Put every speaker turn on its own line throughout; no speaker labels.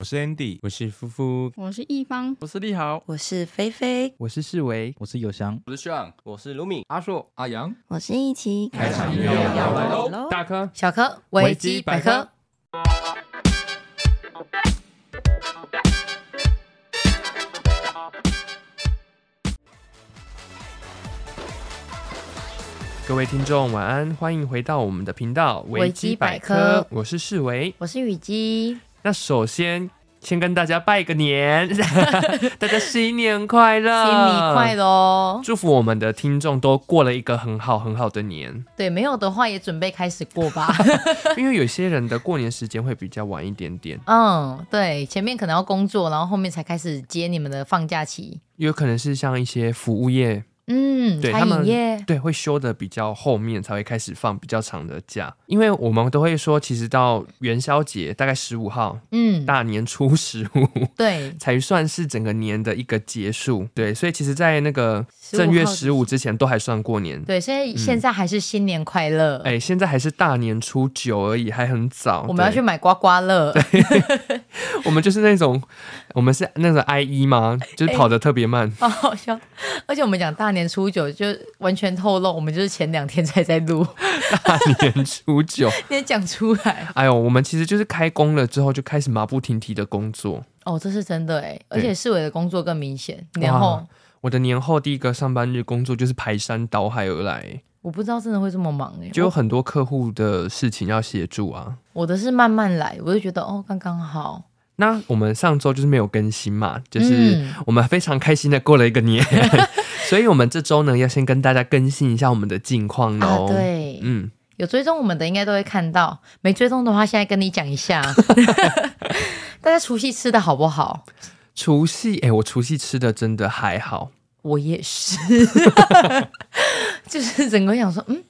我是 Andy，
我是夫妇，
我是一方，
我是立豪，
我是菲菲，
我是世维，
我是友祥，
我是炫，
我是卢米，
阿硕，
阿阳，
我是一奇。
开场音乐要来喽！
大科、
小科、维基百科。
各位听众，晚安，欢迎回到我们的频道维基百科。我是世维，
我是雨姬。
那首先。先跟大家拜个年，大家新年快乐，
新年快乐！哦
祝福我们的听众都过了一个很好很好的 年。
对，没有的话也准备开始过吧，
因为有些人的过年时间会比较晚一点点。
嗯，对，前面可能要工作，然后后面才开始接你们的放假期。
有可能是像一些服务业，
嗯，
对
他们
对会休的比较后面才会开始放比较长的假，因为我们都会说，其实到元宵节大概十五号，
嗯，
大年初十五，
对，
才算是整个年的一个结束。对，所以其实，在那个正月十五之前都还算过年。
对，所以现在还是新年快乐。
哎、嗯哦欸，现在还是大年初九而已，还很早。
我们要去买刮刮乐。
我们就是那种，我们是那种 I E 吗？就是跑得特别慢、
欸，好好笑。而且我们讲大年初九就完全透露，我们就是前两天才在录
大年初九，
你讲出来。
哎呦，我们其实就是开工了之后就开始马不停蹄的工作。
哦，这是真的哎，而且市委的工作更明显。年后，
我的年后第一个上班日工作就是排山倒海而来。
我不知道真的会这么忙哎，
就有很多客户的事情要协助啊。
我的是慢慢来，我就觉得哦，刚刚好。
那我们上周就是没有更新嘛，
嗯
就是我们非常开心的过了一个 年，嗯、所以我们这周呢要先跟大家更新一下我们的近况哦、
啊。对，
嗯，
有追踪我们的应该都会看到，没追踪的话现在跟你讲 一下，大家除夕吃的好不好？
除夕，哎、欸，我除夕吃的真的还好，
我 也是，就是整个想说，嗯，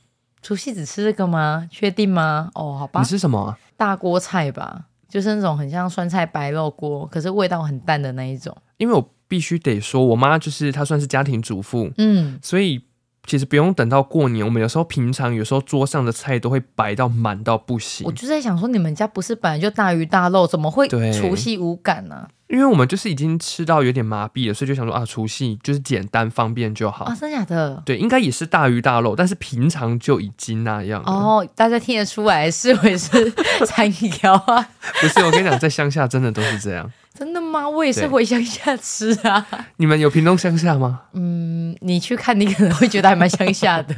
除夕只吃这个吗？确定吗？哦，好吧，
你吃什么、啊？
大锅菜吧。就是那种很像酸菜白肉锅，可是味道很淡的那一种。
因为我必须得说，我妈就是她算是家庭主妇，
嗯，
所以其实不用等到过年，我们有时候平常有时候桌上的菜都会摆到满到不行。
我就在想说，你们家不是本来就大鱼大肉，怎么会除夕无感呢、啊？
因为我们就是已经吃到有点麻痹了，所以就想说啊，除夕就是简单方便就好
啊、哦，真的假的？
对，应该也是大鱼大肉，但是平常就已经那样
哦。大家听得出来是我是餐条啊？
不是，我跟你讲，在乡下真的都是这样。
真的吗？我也是回乡下吃啊。
你们有屏东乡下吗？
嗯，你去看，你可能会觉得还蛮乡下的，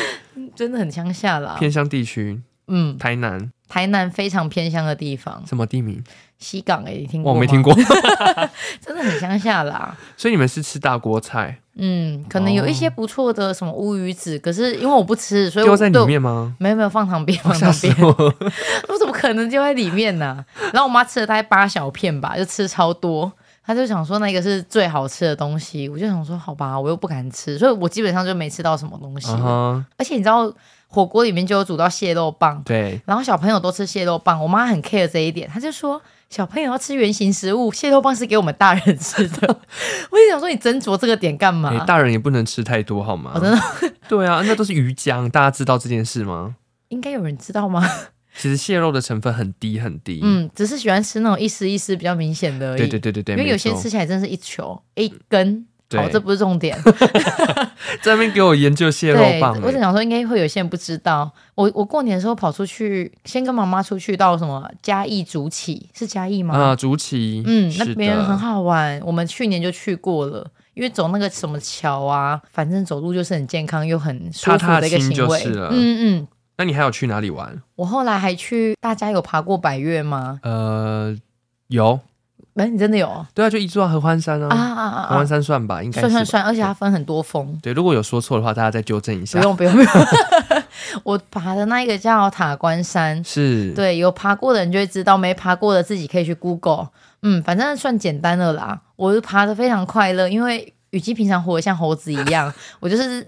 真的很乡下啦，
偏乡地区。
嗯，
台南，
台南非常偏乡的地方，
什么地名？
西港哎、欸，你听过
我没听过，
真的很乡下啦。
所以你们是吃大锅菜？
嗯，可能有一些不错的什么乌鱼子，哦、可是因为我不吃，所以
丢在里面吗？
没有没有，放旁边，放旁边。
我,
我怎么可能丢在里面呢、 啊？然后我妈吃了大概八小片吧，就吃超多。她就想说那个是最好吃的东西，我就想说好吧，我又不敢吃，所以我基本上就没吃到什么东 西。
嗯、
而且你知道。火锅里面就有煮到蟹肉棒，
对，
然后小朋友都吃蟹肉棒，我妈很 care 这一点，她就说小朋友要吃圆形食物，蟹肉棒是给我们大人吃的。 我就想说你斟酌这个点干嘛、欸？
大人也不能吃太多好吗？
哦、真的？
对啊，那都是鱼浆，大家知道这件事吗？
应该有人知道吗？
其实蟹肉的成分很低很低，
嗯，只是喜欢吃那种一丝一丝比较明显的而已。
对对对对对，
因为有些吃起来真是一球一根。好、哦，这不是重点。
在那边给我研究蟹肉棒、欸，
我想说应该会有些人不知道。我我过年的时候跑出去，先跟妈妈出去到什么嘉义竹崎，是嘉义吗？
啊、呃，竹崎，
嗯，那边很好玩。我们去年就去过了，因为走那个什么桥啊，反正走路就是很健康又很舒服的一个行为。
踏踏就是了
嗯嗯。
那你还有去哪里玩？
我后来还去，大家有爬过百越吗？
呃，有。
哎、欸，你真的有？
对啊，就一座合欢山啊，
啊啊啊
合欢山算吧，应该
算算算，而且它分很多峰。
对，如果有说错的话，大家再纠正一下。
不用不用不用， 我爬的那一个叫塔关山，
是
对有爬过的人就会知道，没爬过的自己可以去 Google。嗯，反正算简单的啦。我爬的非常快乐，因为雨姬平常活得像猴子一样， 我就是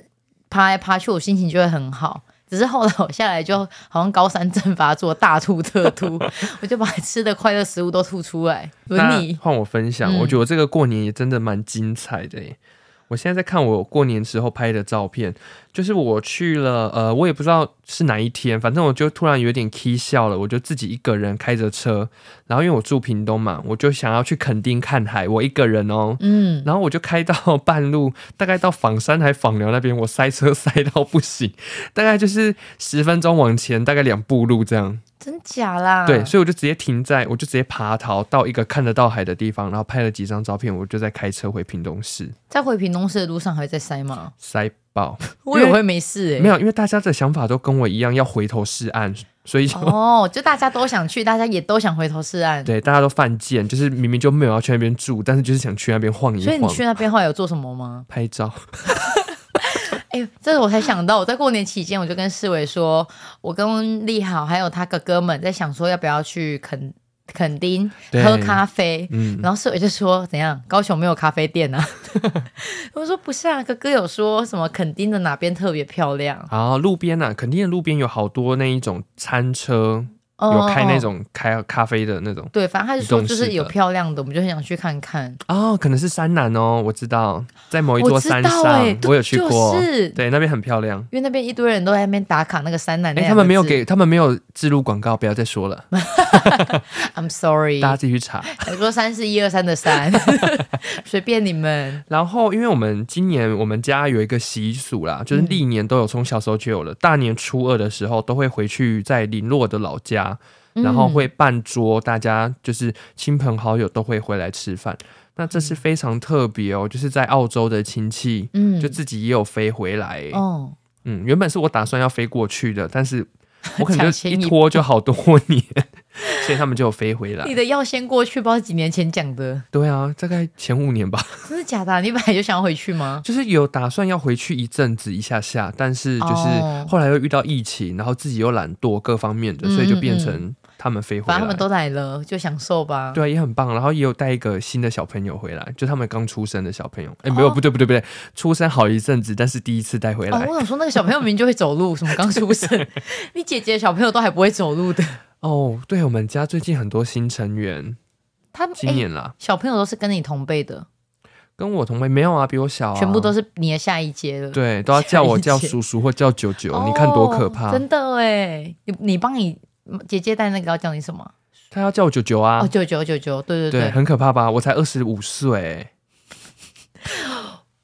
爬来爬去，我心情就会很好。只是后来我下来就好像高山症发作，大吐特 吐，我就把吃的快乐食物都吐出来。轮你
换我分享，嗯、我觉得我这个过年也真的蛮精彩的耶。我现在在看我过年时候拍的照片，就是我去了，呃，我也不知道是哪一天，反正我就突然有点 k 笑了，我就自己一个人开着车，然后因为我住屏东嘛，我就想要去垦丁看海，我一个人哦，
嗯，
然后我就开到半路，大概到仿山还仿寮那边，我塞车塞到不行，大概就是十分钟往前，大概两步路这样，
真假啦？
对，所以我就直接停在，我就直接爬逃到一个看得到海的地方，然后拍了几张照片，我就在开车回屏东市，
在回屏东市的路上还会再塞吗？
塞爆。
我也会没事哎、
没
有
有，因为大家的想法都跟我一样，要回头是岸，所以就、
哦，就大家都想去，大家也都想回头是岸。
对大家都犯贱，就是明明就没有要去那边住，但是就是想去那边晃一
所以你
晃，
去那边后来有做什么吗？
拍照。
哎、这是我才想到，我在过年期间我就跟世伟说，我跟丽好还有他哥哥们在想说要不要去垦垦丁
对
喝咖啡。
嗯，
然后世伟就说：“怎样？高雄没有咖啡店 啊？”我说：“不是啊，哥哥有说什么垦丁的哪边特别漂亮，
然后路边啊，肯定的路边有好多那一种餐车，有开那
哦
种开咖啡的那种。
对，反正他就说
移动
就
式
是
的
有漂亮的，我们就很想去看看。
哦，可能是山南哦，我知道，在某一
我
座
知
山
道
上，
欸对
我有去过，
就是
对，那边很漂亮。
因为那边一堆人都在那边打卡那个三奶奶，
哎，他们没有给，他们没有置入广告，不要再说了，
，I'm sorry，
大家自己去查。
我说三是一二三的 三，随便你们。
然后，因为我们今年我们家有一个习俗啦，
嗯
就是历年都有，从小时候就有了。大年初二的时候，都会回去在林洛的老家，
嗯
然后会办桌，大家就是亲朋好友都会回来吃饭。那这是非常特别哦，就是在澳洲的亲戚，
嗯，
就自己也有飞回来、欸。
哦，
嗯，原本是我打算要飞过去的，但是我可能
抢
就
先
一
一
拖就好多年，所以他们就有飞回来
你。的要先过去，不知道几年前讲的，
对啊，大概前五年吧。
真的假的啊、你本来就想要回去吗？
就是有打算要回去一阵子一下下，但是就是
哦
后来又遇到疫情，然后自己又懒惰各方面的，
嗯
所以就变成他们飞回
反
来。
正他们都来了，就享受吧。
对啊，也很棒。然后也有带一个新的小朋友回来，就他们刚出生的小朋友。哎、没有，
哦
不对，不对，不对，出生好一阵子，但是第一次带回
哦
来。，
我想说那个小朋友明明就会走路，什么刚 出生，你姐姐的小朋友都还不会走路的，
哦，对，我们家最近很多新成员，
他们、
今
哎
年啦，
小朋友都是跟你同辈的，
跟我同辈没有啊，比我小啊，
全部都
是
是你的下一届了。
对，都要叫我
下一
叫
届
叔叔或叫舅舅，你看多可怕
哦！真的哎，你你帮你姐姐带那个要叫你什么？
他要叫我舅舅啊，
哦，九九九九，对对
对，
对，
很可怕吧？我才二十五岁。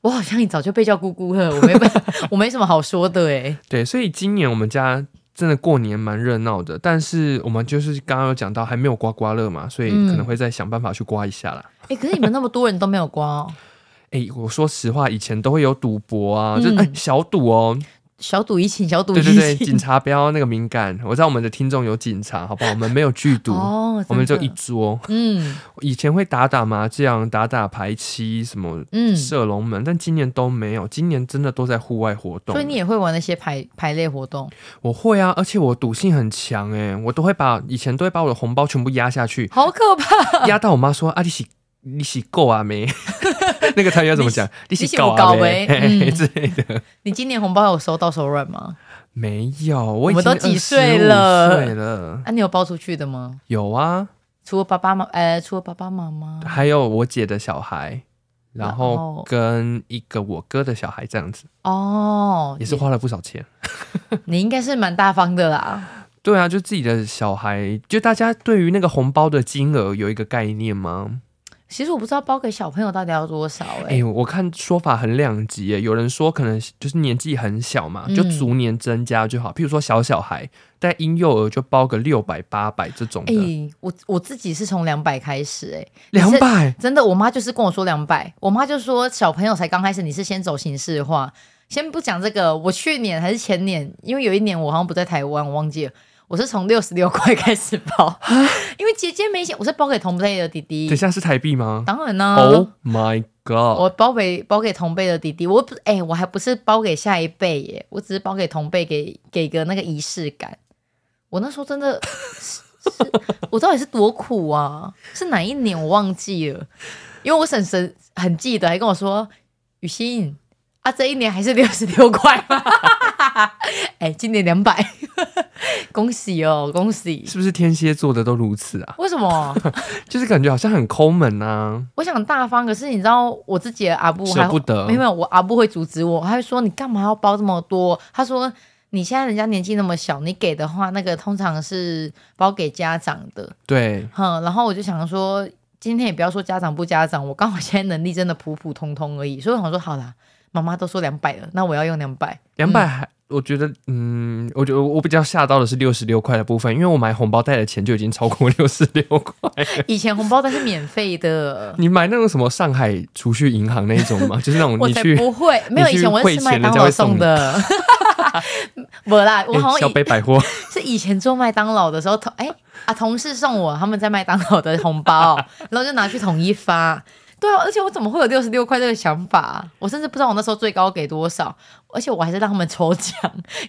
我好像一早就被叫姑姑了，我没 办，我没什么好说的哎。
对，所以今年我们家真的过年蛮热闹的，但是我们就是刚刚有讲到还没有刮刮乐嘛，所以可能会再想办法去刮一下啦。
哎，可是你们那么多人都没有刮哦，
哎、我说实话，以前都会有赌博啊，就
嗯
哎、小赌哦，
小赌怡情，小赌怡
对对
情，
对，警察不要那个敏感，我知道我们的听众有警察，好不好？我们没有剧毒，
哦，
我们就
真的
一桌。
嗯
以前会打打麻将、打打牌七什么
嗯，所
射龙门，但今年都没有，今年真的都在户外活动。
以你也会玩那些排排类活动，
我会啊，而且我赌性很强哎、我都会把以前都会把我的红包全部压下去，
好可怕！
压到我妈说：“啊，你洗你洗够啊没？” 那个台语要怎么讲？你洗
是
够
有搞
啊没
没嗯
之类的？
你今年红包有收到手软吗？
没有，我已
我
经
们都几岁
25
了
岁了，
啊，你有包出去的吗？
有啊，
除了爸爸妈，呃，除了爸爸妈妈，
还有我姐的小孩，然
然
后
后
跟一个我哥的小孩这样子，
哦，
也是花了不少钱。
你应该是蛮大方的啦。
对啊，就自己的小孩，就大家对于那个红包的金额有一个概念吗？
其实我不知道包给小朋友到底要多少哎、
哎、我看说法很两极耶，有人说可能就是年纪很小嘛，
嗯
就逐年增加就好。譬如说小小孩，在婴幼儿就包个六百、八百这种
哎、
的，
我我自己是从两百开始、哎，你
两
是
百、
真的，我妈就是跟我说两百，我妈就说小朋友才刚开始，你是先走形式化，先不讲这个。我去年还是前年，因为有一年我好像不在台湾，我忘记了，我是从六十六块开始包，因为姐姐没钱，我是包给同辈的弟
啊等一
弟，
下哦是台币吗、
当然啊呢、
o h my god！
嗯我包给包给同辈的弟弟，我不哎、我还不是包给下一辈耶，我只是包给同辈给给个那个仪式感。我那时候真的 是，是我到底是多苦啊？是哪一年我忘记了？因为我婶婶很记得，还跟我说：“雨欣啊，啊，这一年还是六十六块吗？ 哎、今年两百， 恭喜哦，恭喜！
是不是天蝎座的都如此啊？
为什么？
就是感觉好像很抠门啊，
我想大方，可是你知道我自己的阿布还
舍不得
没有没有，我阿布会阻止我，他会说你干嘛要包这么多？他说你现在人家年纪那么小，你给的话，那个通常是包给家长的，
对，
哼。然后我就想说，今天也不要说家长不家长，我刚好现在能力真的普普通通而已，所以我想说好啦，妈妈都说两百了，那我要用两 百，
两百还。我觉得，嗯，我觉得我比较吓到的是六十六块的部分，因为我买红包袋的钱就已经超过 六十六块。。
以前红包袋是免费的
你买那种什么上海储蓄银行那一种吗？就是那种
我
你
才
去
不会，没有
你
以
去
前我
汇
是吃麦
钱人
当
家
劳
会送
送的， 不啦，我
哎
好像
小
以
北百货，
是以前做麦当劳的时候，同哎、啊同事送我他们在麦当劳的红 包，然后就拿去统一发。对啊，而且我怎么会有六十六块这个想法啊、我甚至不知道我那时候最高给多少，而且我还是让他们抽奖，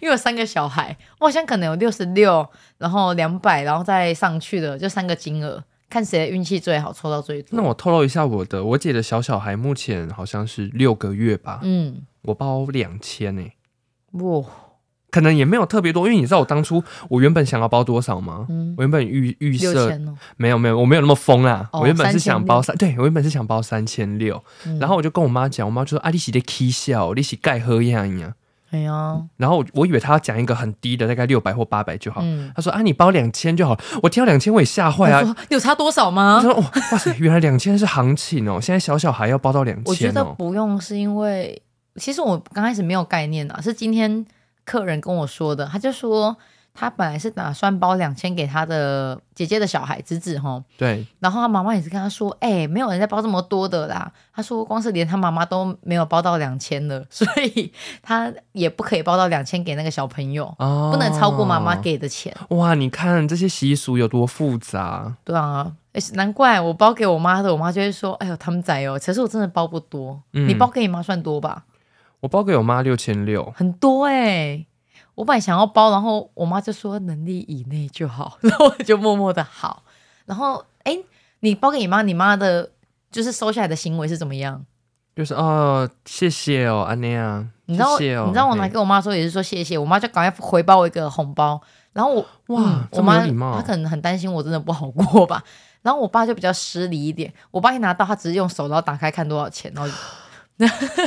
因为有三个小孩，我好像可能有六十六，然后两百，然后再上去的，就三个金额，看谁的运气最好，抽到最多。
那我透露一下我的，我姐的小小孩目前好像是六个月吧，
嗯，
我包两千呢，
哇，
可能也没有特别多，因为你知道我当初我原本想要包多少吗？
嗯，
我原本预预
六
设
千哦，
没有没有，我没有那么疯啦。
哦
我原本是想包三，对我原本是想包三千六，
嗯
然后我就跟我妈讲，我妈就说啊，你是在 K 笑，你是盖喝样呀。
哎呀，
然后我我以为她要讲一个很低的，大概六百或八百就好。
嗯，
她说啊，你包两千就好。我听到两千我也吓坏
我
啊。
说有差多少
她
吗？
说哦，哇塞，原来两千是行情哦，现在小小孩要包到两
我觉
千
得
哦。
不用，是因为其实我刚开始没有概念啊，是今天客人跟我说的，他就说他本来是打算包两千给他的姐姐的小孩侄子吼，
对，
然后他妈妈也是跟他说，哎、没有人在包这么多的啦。他说光是连他妈妈都没有包到两千了， 所以他也不可以包到两千给那个小朋友。
哦，
不能超过妈妈。给的钱，
哇，你看这些习俗有多复杂。
对啊，哎难怪我包给我妈的，我妈就会说：“哎呦，他们仔哦。”可是我真的包不多，
嗯
你包给你妈算多吧？
我包给我妈六千六，
很多哎、我本来想要包，然后我妈就说能力以内就好，然后我就默默的好。然后哎、诶你包给你妈，你妈的就是收下来的行为是怎么样？
就是哦，谢谢哦，安妮啊，
你知道，
谢谢哦
你知道我拿
嘿
给我妈说也是说谢谢，我妈就赶快回包我一个红包。然后我
哇
嗯
这
我
么有
妈
礼貌
她可能很担心我真的不好过吧。然后我爸就比较失礼一点，我爸一拿到，他只是用手然后打开看多少钱，然后就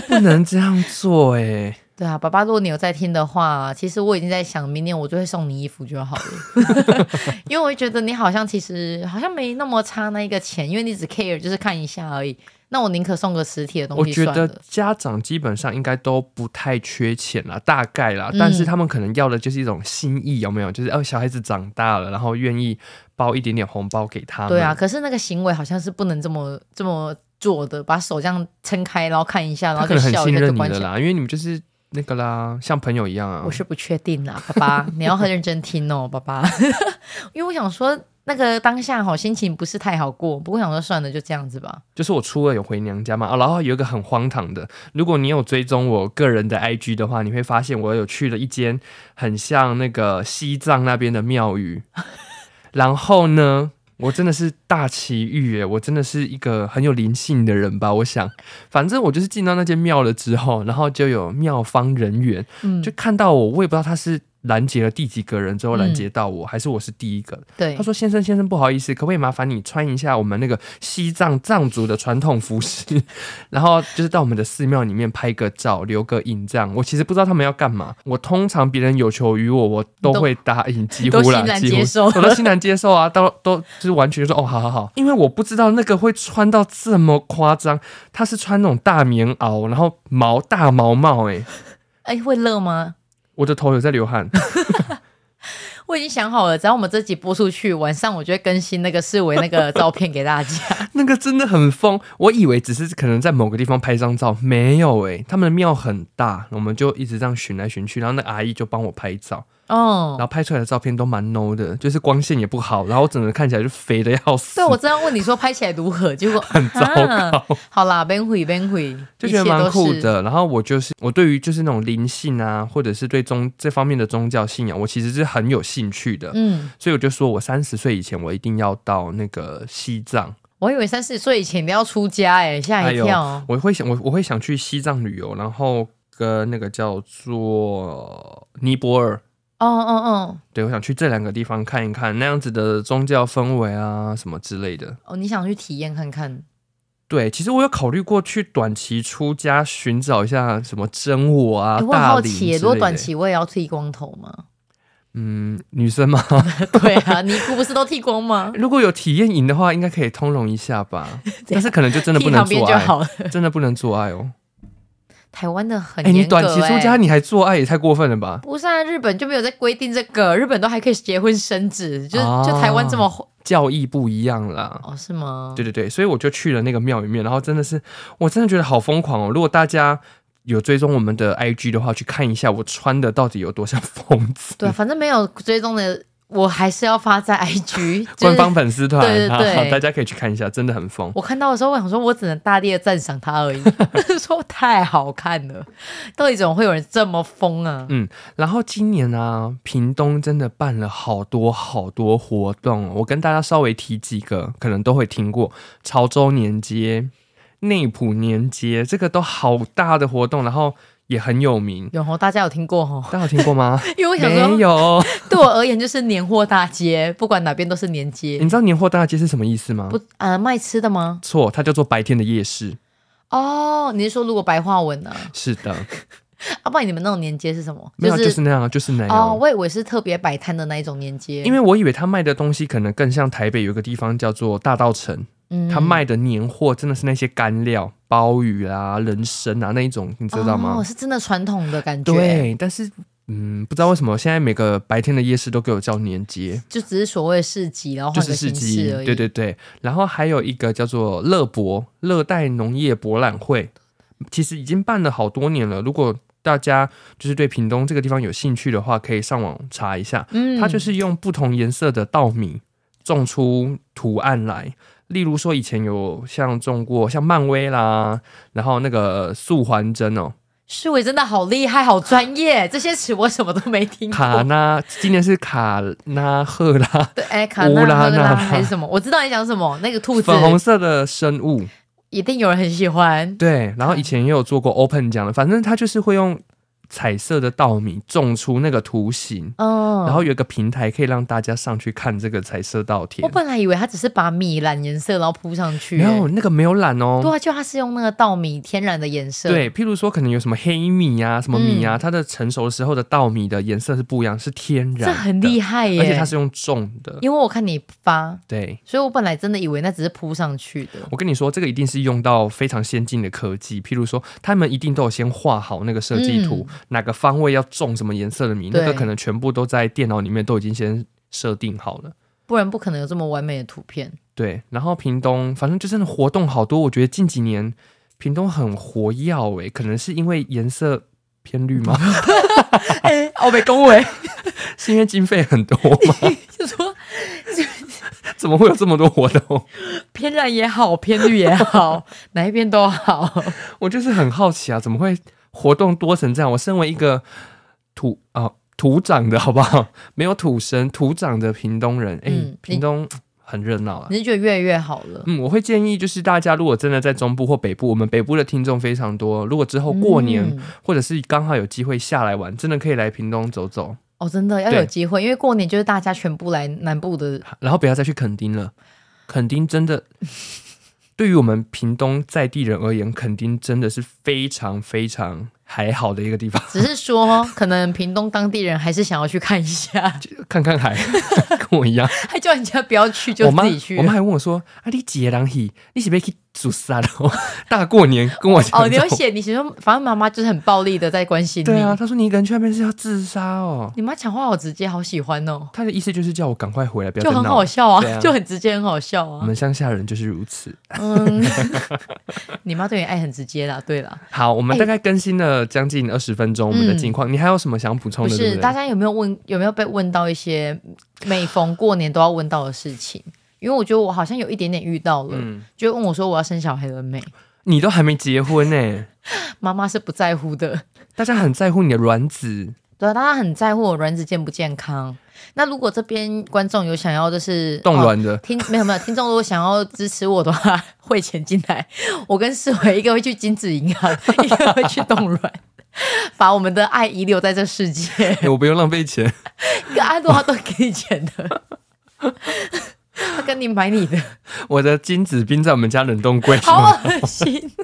不能这样做哎、
对啊，爸爸，如果你有在听的话，其实我已经在想，明年我就会送你衣服就好了， 因为我会觉得你好像其实好像没那么差那一个钱，因为你只 care 就是看一下而已。那我宁可送个实体的东
我
西
觉
算了。
得家长基本上应该都不太缺钱啦，大概啦，
嗯
但是他们可能要的就是一种心意，有没有？就是哦，小孩子长大了，然后愿意包一点点红包给他们。
对啊，，可是那个行为好像是不能这么这么做的，把手这样撑开，然后看一下，然
他
后
可
就
能很
笑
信
一下就
任你
关
的
起来。
啦，因为你们就是那个啦，像朋友一样啊
我。是不确定啦，爸 爸，你要很认真听哦，爸 爸。因为我想说，那个当下好心情不是太好过，不过想说算了，就这样子吧。
就是我初二有回娘家嘛，啊，然后有一个很荒唐的，如果你有追踪我个人的 IG 的话，你会发现我有去了一间很像那个西藏那边的庙宇，然后呢，我真的是大奇遇耶，我真的是一个很有灵性的人吧，我想，反正我就是进到那间庙了之后，然后就有庙方人员
嗯，
就看到我，我也不知道他是拦截了第几个人之后拦截到我，还是我是第一个，
对
他，说：“先生，先生，不好意思，可不可以麻烦你穿一下我们那个西藏藏族的传统服饰， 然后就是到我们的寺庙里面拍个照，留个影这样。”我其实不知道他们要干嘛。我通常别人有求于我，我都会答应，几乎
都
啦
欣，然
几乎
接受
我都欣然接受啊，都都就是完全就说哦，好好好，因为我不知道那个会穿到这么夸张，他是穿那种大棉袄，然后毛大毛帽、欸，
哎，会乐吗？
我的头有在流汗。
我已经想好了，只要我们这集播出去，晚上我就会更新那个世维那个照片给大家。
那个真的很疯，我以为只是可能在某个地方拍张照，没有诶、他们的庙很大，我们就一直这样寻来寻去，然后那个阿姨就帮我拍照，然
哦，
后拍出来的照片都蛮 no 的，就是光线也不好，然后我整个人看起来就肥的要死，
对，我正要问你说拍起来如何， 结果很
糟糕，
好啦，边回边回，
就觉得
一切都
蛮酷
是。
的。然后我就是我对于就是那种灵性啊，或者是对宗这方面的宗教信仰，我其实是很有兴趣的，
嗯，
所以我就说我三十岁以前我一定要到那个西藏。
我以为三十岁以前都要出家哎、吓一跳。
我会想我我会想去西藏旅游，然后跟那个叫做尼泊尔，
哦哦哦
对我想去这两个地方看一看那样子的宗教氛围啊什么之类的。
哦，你想去体验看看？
对，其实我有考虑过去短期出家寻找一下什么真我啊、
哎我很
大
好
理
奇耶，如果短期我也要剃光头吗？
嗯，女生嘛，
对啊，尼姑不是都剃光吗？
如果有体验营的话，应该可以通融一下 吧。但是可能就 真的不
剃
能
旁边
做
就
爱，
好了。
真的不能做爱哦。
台湾的 很
哎、你
严格、
短
欸，
期出家你还做爱，也太过分了吧？
不是啊，日本就没有在规定这个，日本都还可以结婚生子，就是、
哦
就台湾这么
教义不一样啦。
哦是吗？
对对对，所以我就去了那个庙里面，然后真的是，我真的觉得好疯狂哦！如果大家有追踪我们的 IG 的话，去看一下我穿的到底有多像疯子。
对，啊反正没有追踪的，我还是要发在 IG、就是。
官方粉丝团，
对对对
好好 大家可以去看一下，真的很疯。
我看到的时候，我想说，我只能大力的赞赏他而 已，说太好看了，到底怎么会有人这么疯
嗯
啊？
然后今年啊，屏东真的办了好多好多活动哦，我跟大家稍微提几个，可能都会听过潮州年街、内埔年街，这个都好大的活动，然后也很有名。
永红大家有听过吼？
大家有听过吗？
因为 我想
没
说，
有。
对我而言就是年货大街，不管哪边都是年街
你。知道年货大街是什么意思吗？
不，呃，卖吃的吗？
错，它叫做白天的夜市。
哦，你是说如果白话文呢、啊？
是的，
啊，不然你们那种年街是什么？
没有啊就是那样，就是那样。啊
哦，我以为是特别摆摊的那一种年街，
因为我以为他卖的东西可能更像台北有一个地方叫做大道城，
嗯
他卖的年货真的是那些干料、鲍鱼啊、人参啊那一种，你知道吗？
哦，是真的传统的感觉，，
对，但是嗯，不知道为什么现在每个白天的夜市都给我叫年街，
就只是所谓的市集，然后
就
哦换
是
个
市
形
集
式而已。，
对对对。然后还有一个叫做乐博热带农业博览会，其实已经办了好多年了。如果大家就是对屏东这个地方有兴趣的话，可以上网查一下。
嗯
它就是用不同颜色的稻米种出图案来，例如说以前有像种过像漫威啦，然后那个素环针哦，
世伟真的好厉害，好专业，这些词我什么都没听过。
卡纳今年是卡纳赫拉，
对，哎，卡
乌
纳
拉
赫
那
拉还是什么？我知道你讲什么，那个兔子
粉红色的生物。
一定有人很喜欢。
对，然后以前也有做过 open 奖的，反正他就是会用彩色的稻米种出那个图形，
嗯，
然后有一个平台可以让大家上去看这个彩色稻田
我。本来以为他只是把米染颜色然后铺上去，
没有
哎
那个没有染
对
哦。
啊，就他是用那个稻米天然的颜色，，
对，譬如说可能有什么黑米啊、什么米
嗯
啊，它的成熟的时候的稻米的颜色是不一样，是天然的，
这很厉害耶。
而且它是用种的。
因为我看你发，
对，
所以我本来真的以为那只是铺上去的。
我跟你说，这个一定是用到非常先进的科技，譬如说，他们一定都有先画好那个设计图，哪个方位要种什么颜色的米，
对
那个可能全部都在电脑里面都已经先设定好了。
不然不可能有这么完美的图片。
对，然后屏东反正就真的活动好多，我觉得近几年屏东很活跃诶，可能是因为颜色偏绿吗？
哎、我被恭维，
是因为经费很多吗？
就说
怎么会有这么多活动？
偏蓝也好，偏绿也 好，哪一边都好。
我就是很好奇啊，怎么会活动多成这样？我身为一个土啊、土长的好不好？ 没有土生土长的屏东人，哎、
嗯
屏东很热闹啊。
你是觉得越来越好了？
嗯，我会建议就是大家如果真的在中部或北部，我们北部的听众非常多，如果之后过年、
嗯
或者是刚好有机会下来玩，真的可以来屏东走走，
哦，真的要
对
有机会，因为过年就是大家全部来南部的，
然后不要再去垦丁了。垦丁真的， 对于我们屏东在地人而言，垦丁真的是非常非常还好的一个地方。
只是说可能屏东当地人还是想要去看 一下，
看看海，跟我一样。
还叫人家不要去， 就
我妈
自己去
我。
哦
妈还问我说：“啊，你几个人去？你是不是去煮沙的？ 大过年跟我讲
哦，你有
这种
写，你写说，反正妈妈就是很暴力的在关心你。
对啊？”她说：“你一个人去那边是要自杀哦。
你妈讲话好直接，好喜欢哦”，
她的意思就是叫我赶快回来，不要
就
再
很
闹
好
了。
笑啊，
对啊
就很直接，很好笑
我
啊。
们乡下人就是如此。
嗯， 你妈对你爱很直接啦，对啦。
好，我们大概更新了将近二十分钟，我们的
嗯
近况，你还有什么想补充
不
哦的？对
是，
不
大
对？
家有没有问有没有被问到一些每逢过年都要问到的事情？因为我觉得我好像有一点点遇到了，
嗯，
就问我说我要生小孩了没？
你都还没结婚呢、
妈妈是不在乎的，
大家很在乎你的卵子，
对啊，大家很在乎我卵子健不健康。那如果这边观众有想要就是
冻
哦
卵 的。
听没有没有，听众如果想要支持我的话， 汇钱进来，我跟世伟一个会去精子银行，一个会去冻卵。把我们的爱遗留在这世界，
欸我不用浪费钱，
一个爱多他都给你钱的，他跟你买你的，
我的金子冰在我们家冷冻柜，
好啊恶心。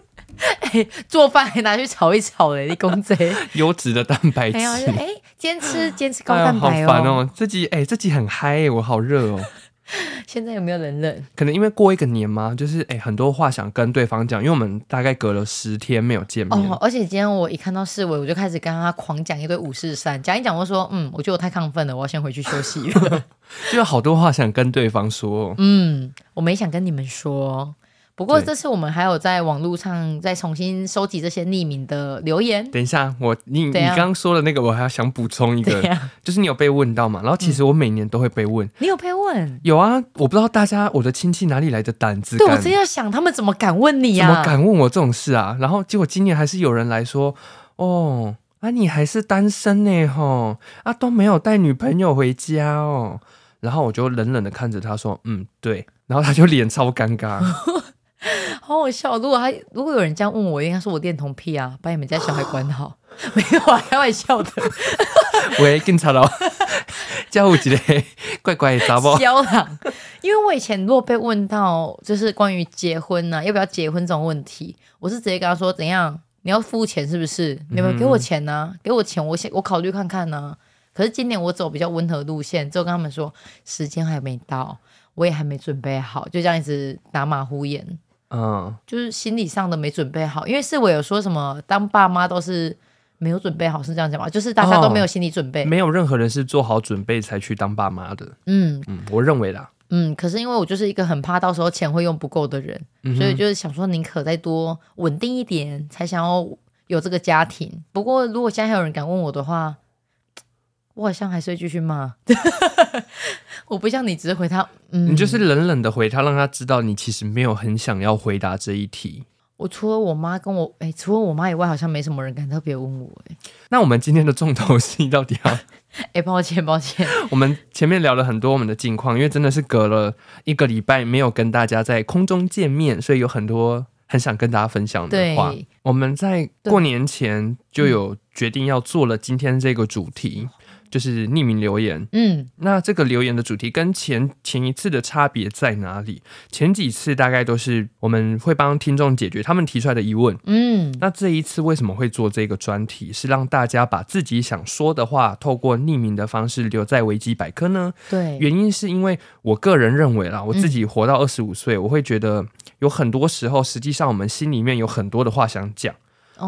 哎、做饭还拿去炒一炒嘞，你公贼！
优质的蛋白质
没。有，就哎、今天吃今天吃高
哎呀
蛋
好
白
烦哦！这集哎，这集很嗨耶，我好热哦。
现在有没有人认？
可能因为过一个年嘛，就是哎，很多话想跟对方讲，因为我们大概隔了十天没有见面
哦，，而且今天我一看到市委，我就开始跟他狂讲一堆五四三，讲一讲我说，嗯，我觉得我太亢奋了，我要先回去休 息了。
就有好多话想跟对方说。哦
嗯，我没想跟你们说。不过
对
这次我们还有在网络上再重新收集这些匿名的留言。
等一下，我你你
怎样
刚刚说的那个，我还要想补充一
对
个，
呀、
就是你有被问到嘛？然后其
嗯
实我每年都会被问，
你有被问？
有啊，我不知道大家我的亲戚哪里来的胆子
对我
敢，
真要想，他们怎么敢问你啊
怎
呀、
么敢问我这种事啊？然后结果今年还是有人来说，哦，啊你还是单身呢吼，啊都没有带女朋友回家哦。然后我就冷冷的看着他说，嗯对，然后他就脸超尴 尬，
好好笑！如果他如果有人这样问我，应该说我恋童癖啊，把你们家小孩管 好。没有啊，开玩笑的，
喂警察 佬，叫我几个乖乖的查某。
肖朗。因为我以前如果被问到就是关于结婚呢、要不要结婚这种问题，我是直接跟他说怎样，你要付钱是不是？你们给我钱呢、
嗯
给我钱，我先我考虑看看呢、可是今年我走比较温和路线，就跟他们说时间还没到，我也还没准备好，就这样一直打马虎眼。
嗯，
就是心理上的没准备好，因为是我有说什么当爸妈都是没有准备好，是这样讲吗？就是大家都没有心理准备。
哦没有任何人是做好准备才去当爸妈的，
嗯
嗯，我认为啦，
嗯，可是因为我就是一个很怕到时候钱会用不够的人，
嗯哼
所以就是想说宁可再多稳定一点，才想要有这个家庭。不过如果现在还有人敢问我的话，我好像还是会继续 骂。我不像你，只是回他，嗯，
你就是冷冷的回他，让他知道你其实没有很想要回答这一题。
我除了我妈跟我，哎、除了我妈以外，好像没什么人敢特别问我、诶
那我们今天的重头戏到底要？
哎、抱歉，抱 歉。
我们前面聊了很多我们的近况，因为真的是隔了一个礼拜没有跟大家在空中见面，所以有很多很想跟大家分享的
对
话。我们在过年前就有决定要做了今天这个主题，就是匿名留言。
嗯，
那这个留言的主题跟前前一次的差别在哪里？前几次大概都是我们会帮听众解决他们提出来的疑问。
嗯，
那这一次为什么会做这个专题？是让大家把自己想说的话，透过匿名的方式留在维基百科呢？
对，
原因是因为我个人认为啦，我自己活到二十五岁，我会觉得有很多时候，实际上我们心里面有很多的话想讲，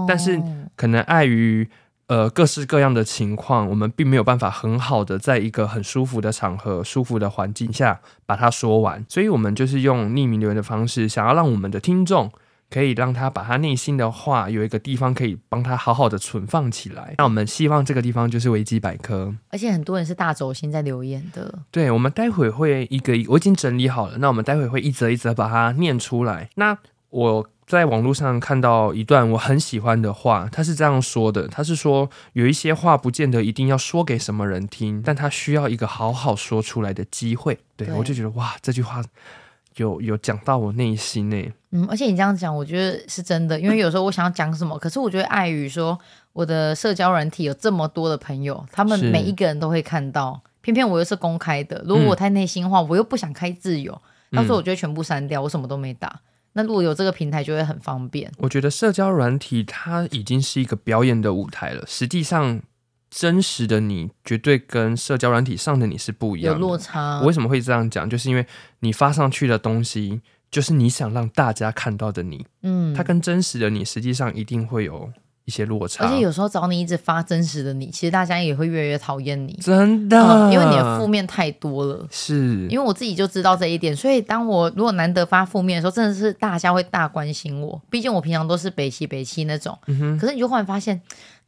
但是
哦
可能碍于呃各式各样的情况，我们并没有办法很好的在一个很舒服的场合、舒服的环境下把它说完，所以我们就是用匿名留言的方式，想要让我们的听众。可以让他把他内心的话有一个地方可以帮他好好的存放起来。那我们希望这个地方就是维基百科。
而且很多人是大轴心在留言的，
对，我们待会会一个一，我已经整理好了。那我们待会会一则一则把它念出来。那我在网络上看到一段我很喜欢的话，他是这样说的：他是说有一些话不见得一定要说给什么人听，但他需要一个好好说出来的机会。对
对
我就觉得哇，这句话有有讲到我内心呢。
嗯，而且你这样讲，我觉得是真的，因为有时候我想要讲什么，可是我觉得碍于说我的社交软体有这么多的朋友，他们
是
每一个人都会看到，偏偏我又是公开的，如果我太内心化，我又不想开自由，
嗯
到时候我就会全部删掉，我什么都没打。那如果有这个平台，就会很方便。
我觉得社交软体它已经是一个表演的舞台了，实际上真实的你绝对跟社交软体上的你是不一样
有
的。
落差
嗯我，为什么会这样讲？就是因为你发上去的东西，就是你想让大家看到的你，
嗯
它，跟真实的你实际上一定会有一些落差。
而且有时候找你一直发真实的你，其实大家也会越来越讨厌你，
真的、
嗯因为你的负面太多了。
是
因为我自己就知道这一点，所以当我如果难得发负面的时候，真的是大家会大关心我。毕竟我平常都是北西北西那种，
嗯
可是你就忽然发现，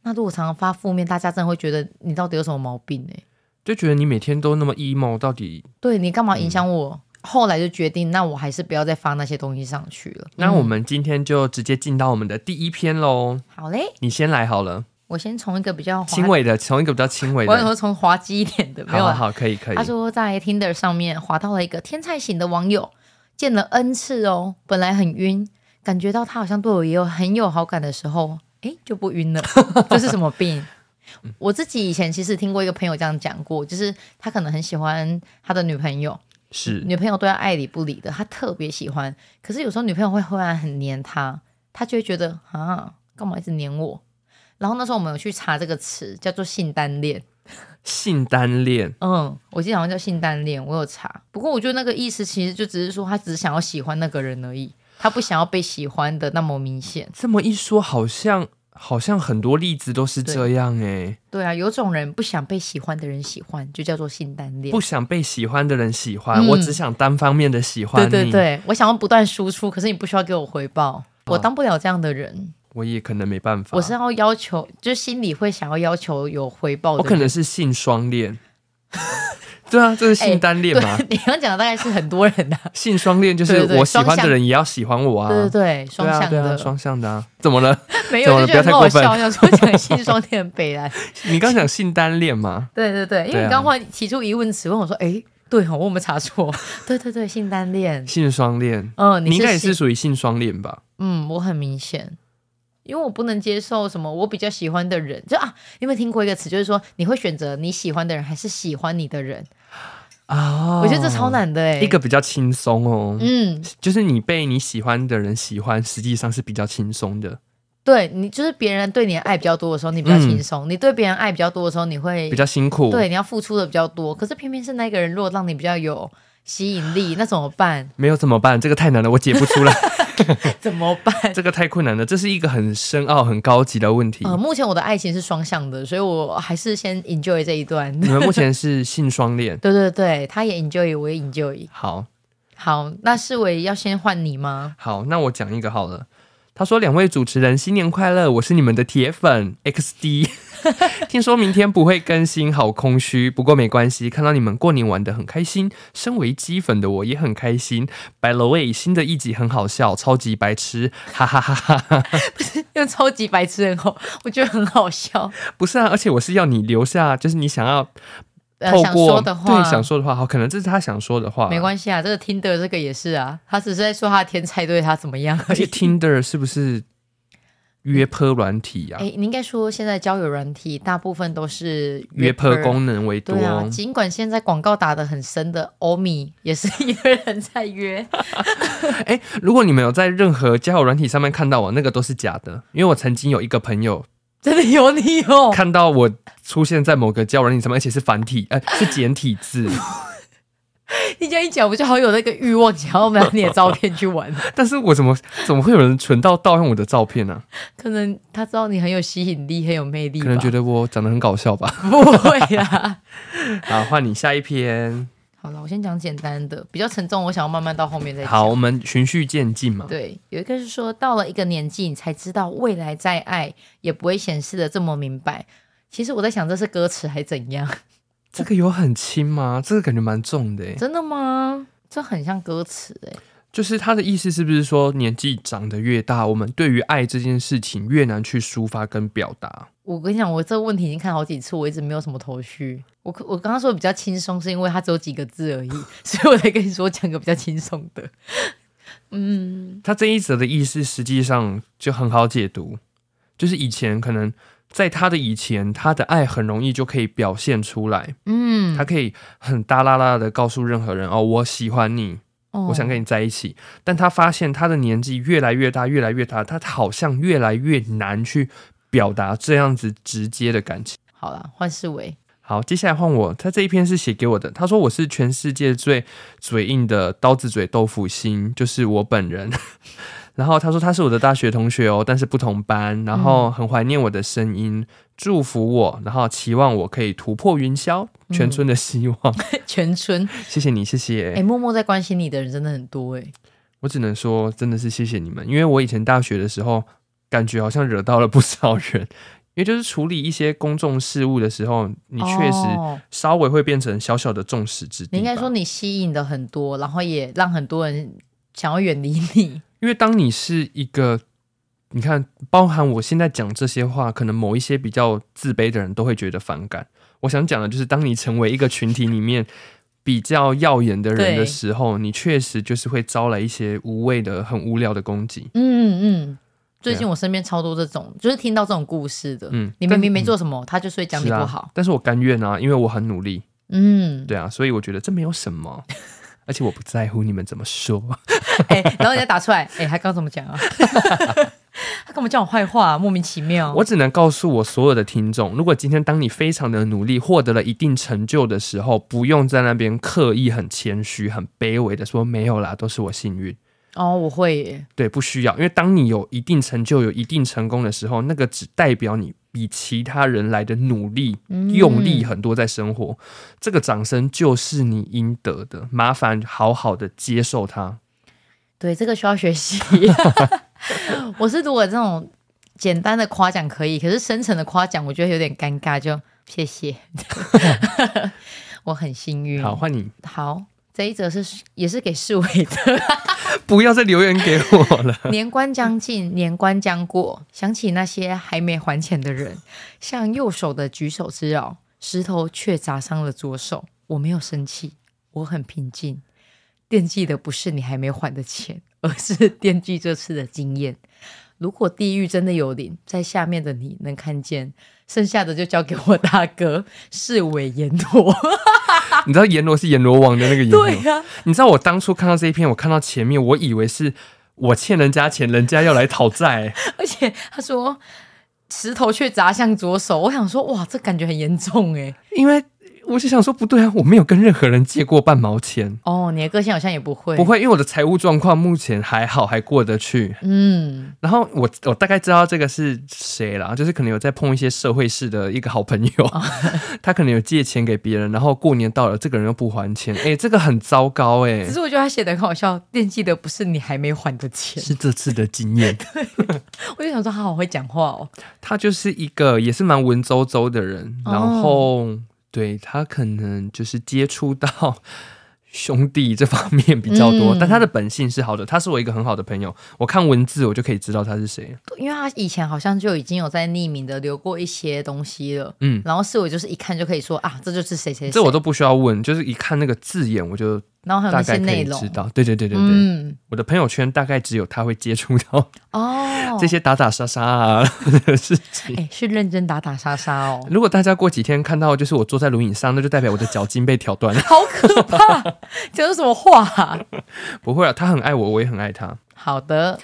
那如果常常发负面，大家真的会觉得你到底有什么毛病呢、
就觉得你每天都那么 emo，到底？
对你干嘛影
嗯
响我？后来就决定，那我还是不要再发那些东西上去了。
那我们今天就直接进到我们的第一篇喽。
好嘞，
你先来好了，
我先从一个比较滑
轻，微的，从一个比较轻微
我有
的。
从滑稽一点的，没有
好啊
啦
好好，可以可以
他。说在 Tinder 上面滑到了一个天菜型的网友，见了 N 次哦，本来很晕，感觉到他好像对我也有很有好感的时候，哎、诶就 不晕了，这是什么病？我自己以前其实听过一个朋友这样讲过，就是他可能很喜欢他的女朋友，
是
女朋友对他爱理不理的，他特别喜欢。可是有时候女朋友会忽然很黏他，他就会觉得啊，干嘛一直黏我？然后那时候我们有去查这个词，叫做性单恋。
性单恋，
嗯，我记得好像叫性单恋，我有查。不过我觉得那个意思其实就只是说，他只是想要喜欢那个人而已，他不想要被喜欢的那么明显。
这么一说，好像好像很多例子都是
对
这样哎、
对啊，有种人不想被喜欢的人喜欢，就叫做性单恋
不。想被喜欢的人喜欢，
嗯
我只想单方面的喜欢
对
你。
对对，我想要不断输出，可是你不需要给我回报，
哦
我当不了这样的人。
我也可能没办法。
我是要要求，就是心里会想要要求有回报的
我
人。
哦可能是性双恋。 对啊，这是性单恋嘛？
哎对，你 刚讲的大概是很多人的、
性双恋就
对
是
对对
我喜欢
双向
的人也要喜欢我啊。
对对对，双向
对啊，对
的，
啊，双向的啊。怎么了？
没
怎么
有
了
就觉得
不
很
要
好
太过分
笑，想说讲性双恋很北来。
你刚讲性单恋嘛？
对对对，因
对啊
为你刚忽然提出疑问词，问我说：“哎，对哦，我有没有查 错？”对对对，性单恋，
性双恋，
嗯，
你应该也
是
是
性，
属于性双恋吧？
嗯，我很明显，因为我不能接受什么我比较喜欢的人，就啊，你有没有听过一个词，就是说你会选择你喜欢的人还是喜欢你的人？
啊，
哦我觉得这超。难的哎，
一个比较轻松哦，
嗯，
就是你被你喜欢的人喜欢，实际上是比较轻松的，
对你就是别人对你的爱比较多的时候，你比较
嗯
轻松；你对别人爱比较多的时候，你会
比较辛苦。
对，你要付出的比较多。可是偏偏是那个人，如果让你比较有吸引力，那怎么
？
办
没有怎么办？这个太难了，我解不出来。
怎么办？
这个太困难了，这是一个很深奥、很高级的问题。
呃，目前我的爱情是双向的，所以我还是先 enjoy 这一段。
你们目前是性双恋，
对对对，他也 enjoy，我也 enjoy。
好
好，那世伟要先换你吗？
好，那我讲一个好了。他说：“两位主持人新年快乐，我是你们的铁粉 XD。听 说明天不会更新，好空虚。不过没关系，看到你们过年玩的很开心，身为鸡粉的我也很开心。By the way，新的一集很好笑，超级白痴，哈哈哈哈哈哈！
用超级白痴人口， 我觉得很好笑。
不是啊，而且我是要你留下，就是你想要
呃，
透
想
过
说的话，
对想说的话，好，可能这是他想说的话，
没关系啊，这个听的这个也是啊，他只是在说他的天才对他怎么样
而
而
且
已。
Tinder 是不是约炮软体啊？
哎，你应该说现在交友软体大部分都是
约炮
炮
功能为多
对，啊，尽管现在广告打得很深的欧米也是一个人在约，
哎、如果你们有在任何交友软体上面看到我，那个都是假的，因为我曾经有一个朋友
真的有你哦。
看到我出现在某个交友软体上面，而且是繁体， 呃，是简体字，
你这样一讲，我就好有那个欲望，想要拿你的照片去 玩。
但是我怎么怎么会有人存到盗用我的照片呢、
可能他知道你很有吸引力，很有魅力吧，
可能觉得我长得很搞笑 吧。
不会啊啦。
好，换你下一篇。
好了，我先讲简单的，比较沉重，我想要慢慢到后面再讲。
好，我们循序渐进嘛。
对，有一个是说，到了一个年纪，你才知道未来再爱也不会显示的这么明白。其实我在想，这是歌词还怎样？
这个有很轻吗？这个感觉蛮重的、欸。
真的吗？这很像歌词哎、
就是他的意思是不是说，年纪长得越大，我们对于爱这件事情越难去抒发跟表达？
我跟你讲，我这个问题已经看好几次，我一直没有什么头绪。我可我刚刚说的比较轻松，是因为它只有几个字而已， 所以我才跟你说讲个比较轻松的。嗯，
他这一则的意思实际上就很好解读，就是以前可能在他的以前，他的爱很容易就可以表现出来，
嗯
他，可以很大啦啦的告诉任何人哦，我喜欢你，
哦
我想跟你在一起。但他发现他的年纪越来越大，越来越大，他好像越来越难去表达这样子直接的感情。
好了，换世伟，
好，接下来换我。他这一篇是写给我的，他说我是全世界最嘴硬的刀子嘴豆腐心，就是我本人。 然后他说他是我的大学同学哦，但是不同班，然后很怀念我的声音，祝福我，然后期望我可以突破云霄，全村的希望。
全村
谢谢你，谢谢。
哎、默默在关心你的人真的很多哎、
我只能说真的是谢谢你们，因为我以前大学的时候，感觉好像惹到了不少人，因为就是处理一些公众事务的时候，你确实。
哦
稍微会变成小小的众矢之的。
你应该说，你吸引的很多，然后也让很多人想要远离 你。
因为当你是一个，你看，包含我现在讲这些话，可能某一些比较自卑的人都会觉得反感。我想讲的就是，当你成为一个群体里面比较耀眼的人的
对
时候，你确实就是会招来一些无谓的、很无聊的攻击。
嗯嗯，最近我身边超多这种，就是听到这种故事的。
啊嗯
你明明没做什么，他就是会讲你
是
不
啊
好。
但是我甘愿啊，因为我很努力，
嗯，
对啊，所以我觉得这没有什么， 而且我不在乎你们怎么说。
哎，然后人家打出来，哎，他刚怎么讲啊？ 他干嘛讲我坏话啊？莫名其妙。
我只能告诉我所有的听众，如果今天当你非常的努力，获得了一定成就的时候，不用在那边刻意很谦虚、很卑微的说没有啦，都是我幸运。
哦，我会耶，
对，不需要，因为当你有一定成就、有一定成功的时候，那个只代表你比其他人来的努力、
嗯
用力很多在生活。这个掌声就是你应得的，麻烦好好的接受它。
对，这个需要学习。 我是如果这种简单的夸奖可以，可是深层的夸奖，我觉得有点尴尬，就谢谢。 我很幸运。
好，换你，
好这一则是也是给世伟的。
不要再留言给我 了。
年关将近，年关将过，想起那些还没还钱的人，像右手的举手之劳，石头却砸伤了左手。我没有生气，我很平静。惦记的不是你还没还的钱，而是惦记这次的经验。如果地狱真的有灵，在下面的你能看见，剩下的就交给我大哥 是尾阎陀。
你知道阎罗是阎罗王的那个阎罗，
对啊呀、
你知道我当初看到这一篇，我看到前面，我以为是我欠人家钱，人家要来讨债、
而且他说石头却砸向左手，我想说哇，这感觉很严重哎。
因为我就想说不对啊，我没有跟任何人借过半毛钱，
哦，你的个性好像也不会，
不，会，因为我的财务状况目前还好，还过得去。
嗯，
然后我我大概知道这个是谁啦，就是可能有在碰一些社会事的一个好朋友，
哦
他可能有借钱给别人，然后过年到了，这个人又不还钱，哎、这个很糟糕哎、
只是我觉得他写的很好笑，惦记的不是你还没还的钱，
是这次的经验，
我就想说他好会讲话哦，
他就是一个也是蛮文绉绉的人，
哦
然后、对他可能就是接触到兄弟这方面比较多，
嗯
但他的本性是好的，他是我一个很好的朋友，我看文字我就可以知道他是谁。
因为他以前好像就已经有在匿名的留过一些东西了，
嗯，
然后是我就是一看就可以说啊，这就是谁谁谁，
这我都不需要问，就是一看那个字眼我就
然后还有
大
那些
概可
内
以
容
知，道。对对对对对，
嗯，
我的朋友圈大概只有他会接触到
哦，
这些打打杀杀啊的事情。
哎是认真打打杀杀 哦，
如果大家过几天看到就是我坐在轮椅上，那就代表我的脚筋被挑断了。
好可怕，讲的什么话啊、
不会啊，他很爱我，我也很爱他。
好的，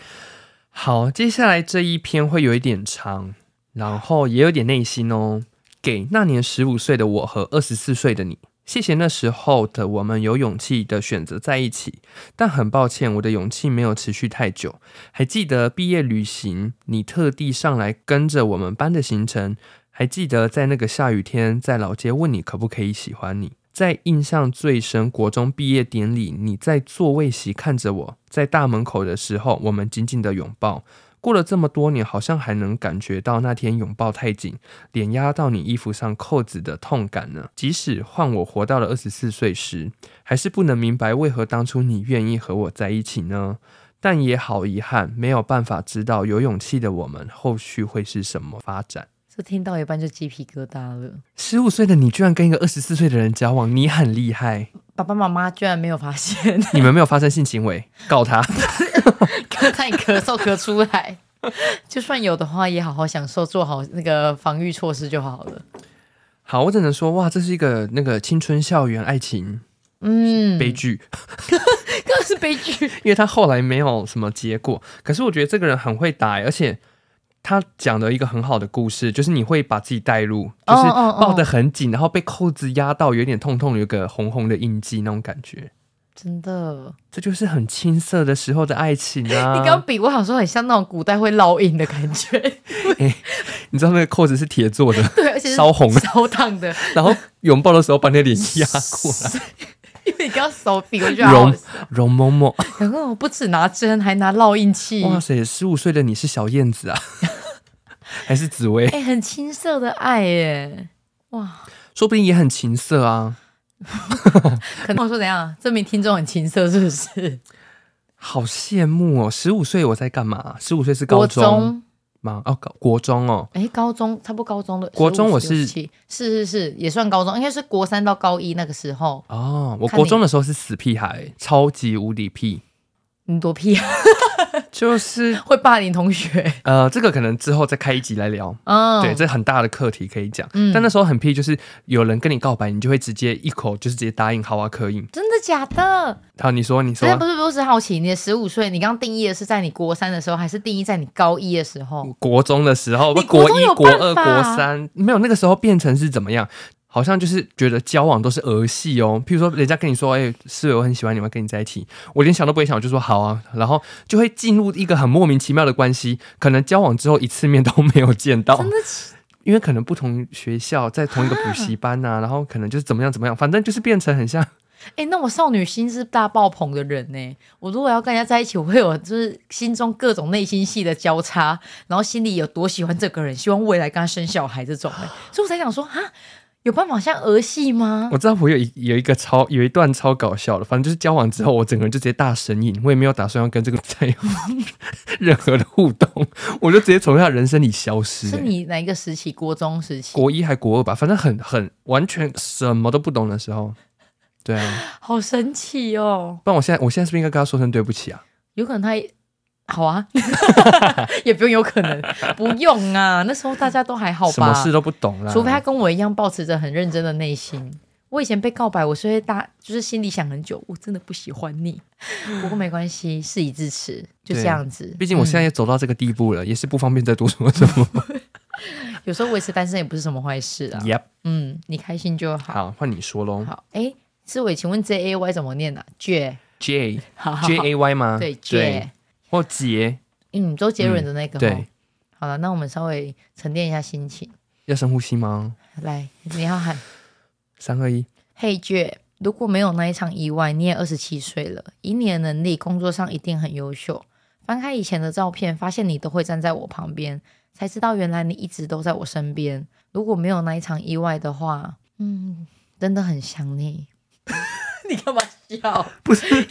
好，接下来这一篇会有一点长，然后也有点内心哦。给那年十五岁的我和二十四岁的你，谢谢那时候的我们有勇气的选择在一起，但很抱歉，我的勇气没有持续太久。还记得毕业旅行，你特地上来跟着我们班的行程，还记得在那个下雨天在老街问你可不可以喜欢你。在印象最深国中毕业典礼，你在座位席看着我，在大门口的时候，我们紧紧的拥抱。过了这么多年，好像还能感觉到那天拥抱太紧，脸压到你衣服上扣子的痛感呢。即使换我活到了二十四岁时，还是不能明白为何当初你愿意和我在一起呢？但也好遗憾，没有办法知道有勇气的我们后续会是什么发展。
这听到一半就鸡皮疙瘩了。
十五岁的你居然跟一个二十四岁的人交往，你很厉 害。
爸爸妈妈居然没有发现，
你们没有发生性行为，告 他。
咳在你咳嗽咳出来。就算有的话，也好好享受，做好那个防御措施就好了。
好，我只能说，哇，这是一个那个青春校园爱情
嗯，
悲剧，
更 是悲剧。
因为他后来没有什么结果。可是我觉得这个人很会打、欸而且他讲的一个很好的故事，就是你会把自己带入，
哦
就是
哦哦
抱得很紧，然后被扣子压到，有点痛痛，有个红红的印记那种感觉。
真的，
这就是很青涩的时候的爱情啊！
你刚比我想说很像那种古代会烙印的感觉，
你知道那个扣子是铁做的，
对，而且是
烧红
烧烫的，
然后拥抱的时候把你的脸压 过来，
因为你刚手比，我就觉得好
容容嬷嬷。
然后我不止拿针，还拿烙印器，
哇塞，十五岁的你是小燕子啊， 还是紫薇？
哎、很青涩的爱耶。哇，
说不定也很情色啊。
可能我说怎样，这名听众很青涩是不是？
好羡慕哦！十五岁我在干嘛？十五岁是高
国
中吗？哦，高国中哦，
哎，高中差不多高中的，
国中
15
我是
16 17是是是也算高中，应该是国三到高一那个时候。
哦，我
看
国
你
中的时候是死屁孩，超级无敌屁，
你多屁啊！
就是
会霸凌同学。
呃，这个可能之后再开一集来聊。
嗯，
对，这很大的课题可以讲。
嗯
但那时候很屁，就是有人跟你告白，你就会直接一口就是直接答应，好啊，可以。
真的假的？
好，你说，你说
那，不是不是好奇，你的十五岁，你刚定义的是在你国三的时候，还是定义在你高一的时候？
国中的时候，
你
不
国
国
中
一
有、
国
办
二、
法
国三，没有那个时候变成是怎么样？好像就是觉得交往都是儿戏哦。譬如说，人家跟你说：“哎、思伟，我很喜欢你，我要跟你在一起。”我连想都不会想，我就说好啊，然后就会进入一个很莫名其妙的关系。可能交往之后一次面都没有见到
真，的起
因为可能不同学校，在同一个补习班啊呐、然后可能就是怎么样怎么样，反正就是变成很像
哎、那我少女心是大爆棚的人呢、我如果要跟人家在一起，我会有就是心中各种内心戏的交叉，然后心里有多喜欢这个人，希望未来跟他生小孩这种、欸，所以我才想说哈，有办法像儿戏吗？
我知道我有一有一个超有一段超搞笑的，反正就是交往之后，我整个人就直接大神隐，我也没有打算要跟这个再有 任何的互动，我就直接从他的人生里消失、
是
欸。
你哪一个时期？国中时期，
国一还国二吧，反正很很完全什么都不懂的时候，对啊，
好神奇哦！
不然我现在我现在是不是应该跟他说声对不起啊？
有可能他也 好啊， 也不用有可能，不用啊。那时候大家都还好吧？
什么事都不啊懂啦，
除非他跟我一样保持着很认真的内心。我以前被告白，我是会大，就是心里想很久，我真的不喜欢 你。不过没关系，事已至此，就这样子。
毕竟我现在也走到这个地步了，也是不方便再多说什 么。
嗯、有时候维持单身也不是什么坏事啊。
yep，
嗯，你开心就好。
好，换你说喽。
好，哎，志伟，请问 J A Y 怎么念呢、啊？倔，
J
好好
J
好
A Y 吗？
对倔，
或杰，
嗯，周杰伦的那个、哦
对，
好了，那我们稍微沉淀一下心情，
要深呼吸吗？
来，你要喊。
三二一。
嘿姐，如果没有那一场意外，你也二十七岁了，以你的能力，工作上一定很优秀。翻开以前的照片，发现你都会站在我旁边，才知道原来你一直都在我身边。如果没有那一场意外的话，嗯，真的很想你。 你干嘛笑？
不是，
因为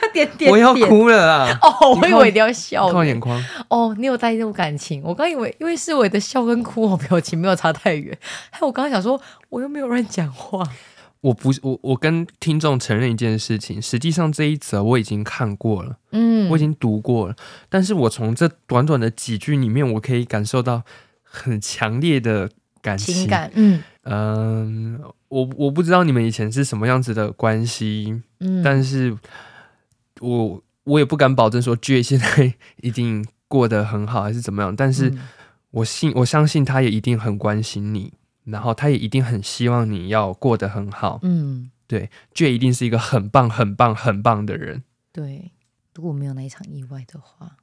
他点点点，
我要哭了啦！
哦，我
你
以
看
为你要笑
看我
呢。
眼眶，
哦，你有带入感情，我刚以为因为是我的笑跟哭，我表情没有差太远。还有我刚刚想说，我又没有乱讲话。
我不是我，我跟听众承认一件事情，实际上这一则我已经看过了，
嗯
我已经读过了，但是我从这短短的几句里面，我可以感受到很强烈的感情。
情，感，嗯
嗯、我我不知道你们以前是什么样子的关系，
嗯，
但是我我也不敢保证说 J 现在一定过得很好还是怎么样，但是。
嗯
我信我相信他也一定很关心你，然后他也一定很希望你要过得很好。
嗯，
J 一定是一个很棒、很棒、很棒的人，
对，如果没有那一场意外的话，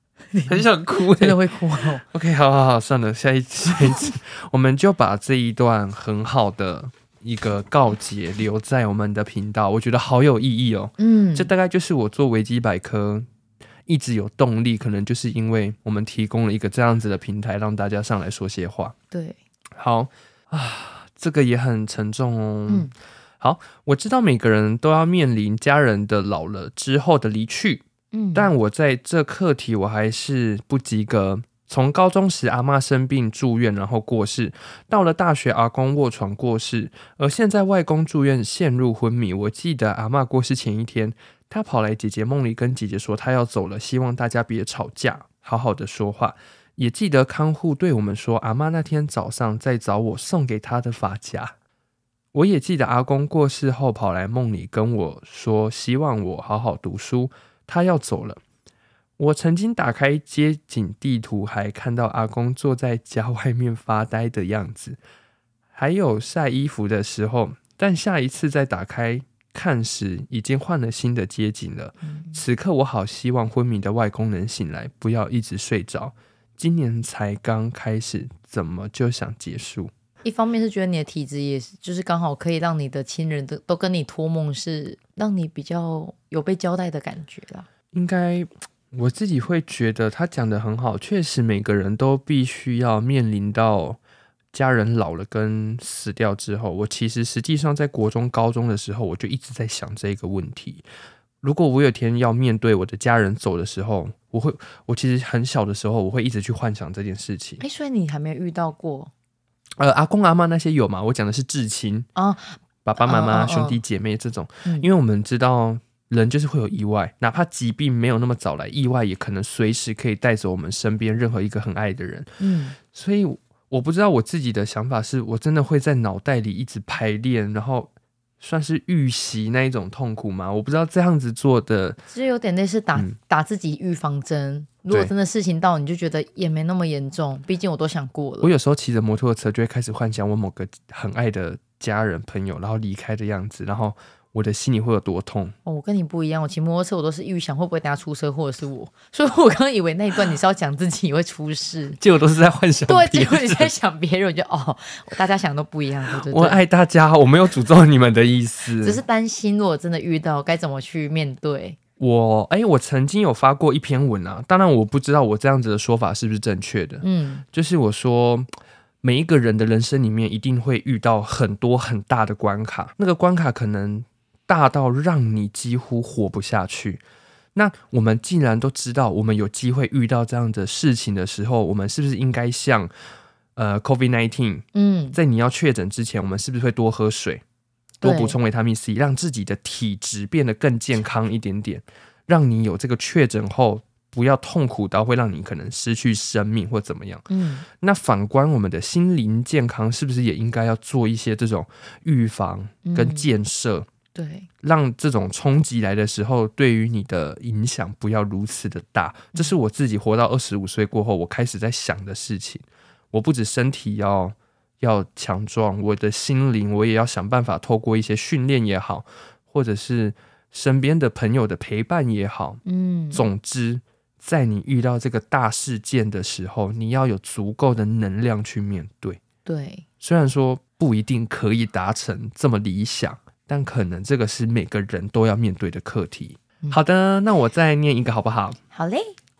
很想哭、欸。
真的会 哭哦。
OK，好好好，算了，下一集，下一集，我们就把这一段很好的一个告解留在我们的频道，我觉得好有意义哦。
嗯，
这大概就是我做维基百科。一直有动力，可能就是因为我们提供了一个这样子的平台，让大家上来说些话。
对，
好啊，这个也很沉重哦。
嗯
我知道每个人都要面临家人的老了之后的离去，
嗯，
但我在这课题我还是不及格。从高中时阿妈生病住院，然后过世；到了大学阿公卧床过世，而现在外公住院陷入昏迷。我记得阿妈过世前一天，她跑来姐姐梦里跟姐姐说她要走了，希望大家别吵架，好好的说话。也记得看护对我们说，阿妈那天早上在找我送给她的发夹。我也记得阿公过世后跑来梦里跟我说，希望我好好读书，他要走了。我曾经打开街景地图，还看到阿公坐在家外面发呆的样子，还有晒衣服的时候。但下一次再打开看时，已经换了新的街景了。此刻我好希望昏迷的外公能醒来，不要一直睡着。今年才刚开始，怎么就想结束？
一方面是觉得你的体质也是，就是刚好可以让你的亲人都都跟你托梦，是让你比较有被交代的感觉啦。
应该我自己会觉得他讲的很好，确实每个人都必须要面临到家人老了跟死掉之后。我其实实际上在国中、高中的时候，我就一直在想这个问题。如果我有一天要面对我的家人走的时候，我会，我其实很小的时候，我会一直去幻想这件事情。
哎，所以你还没有遇到过
呃，阿公阿妈那些有嘛？我讲的是至亲，
啊？
爸爸妈
哦
妈、
哦哦
兄弟姐妹这种，
嗯
因为我们知道人就是会有意外，哪怕疾病没有那么早来，意外也可能随时可以带走我们身边任何一个很爱的人。
嗯，
所以我不知道我自己的想法是，我真的会在脑袋里一直排练，然后算是预习那一种痛苦吗？我不知道这样子做的，
就是有点类似打、
嗯
打自己预防针。如果
对
真的事情到，你就觉得也没那么严重，毕竟我都想过
我
了。
有时候骑着摩托车就会开始幻想我某个很爱的家人朋友，然后离开的样子，然后我的心里会有多痛。，
哦，我跟你不一样，我骑摩托车我都是预想会不会大家出车祸的是我， 所以我刚刚以为那一段你是要讲自己会出事
结果都是在幻想
对，
别
结果你
人
在想别人，我就哦，大家想都不一样，对对对。
我爱大家，我没有诅咒你们的意思。
只是担心，如果真的遇到，该怎么去面对？
我，哎、我曾经有发过一篇文啊，当然我不知道我这样子的说法是不是正确的，
嗯
就是我说。每一个人的人生里面一定会遇到很多很大的关卡，那个关卡可能大到让你几乎活不下去。那我们既然都知道我们有机会遇到这样的事情的时候，我们是不是应该像呃 COVID nineteen
嗯，
在你要确诊之前，我们是不是会多喝水，多
对
补充维他命 C，让自己的体质变得更健康一点点，让你有这个确诊后不要痛苦到会让你可能失去生命或怎么样？
嗯，
那反观我们的心灵健康，是不是也应该要做一些这种预防跟
嗯
建设，
对，
让这种冲击来的时候，对于你的影响不要如此的大。这是我自己活到二十五岁过后，我开始在想的事情。我不止身体要要强壮，我的心灵我也要想办法透过一些训练也好，或者是身边的朋友的陪伴也好，
嗯，
总之，在你遇到这个大事件的时候，你要有足够的能量去面对。
对，
虽然说不一定可以达成这么理想，但可能这个是每个人都要面对的课题。好的，那我再念一个好不好？
好嘞，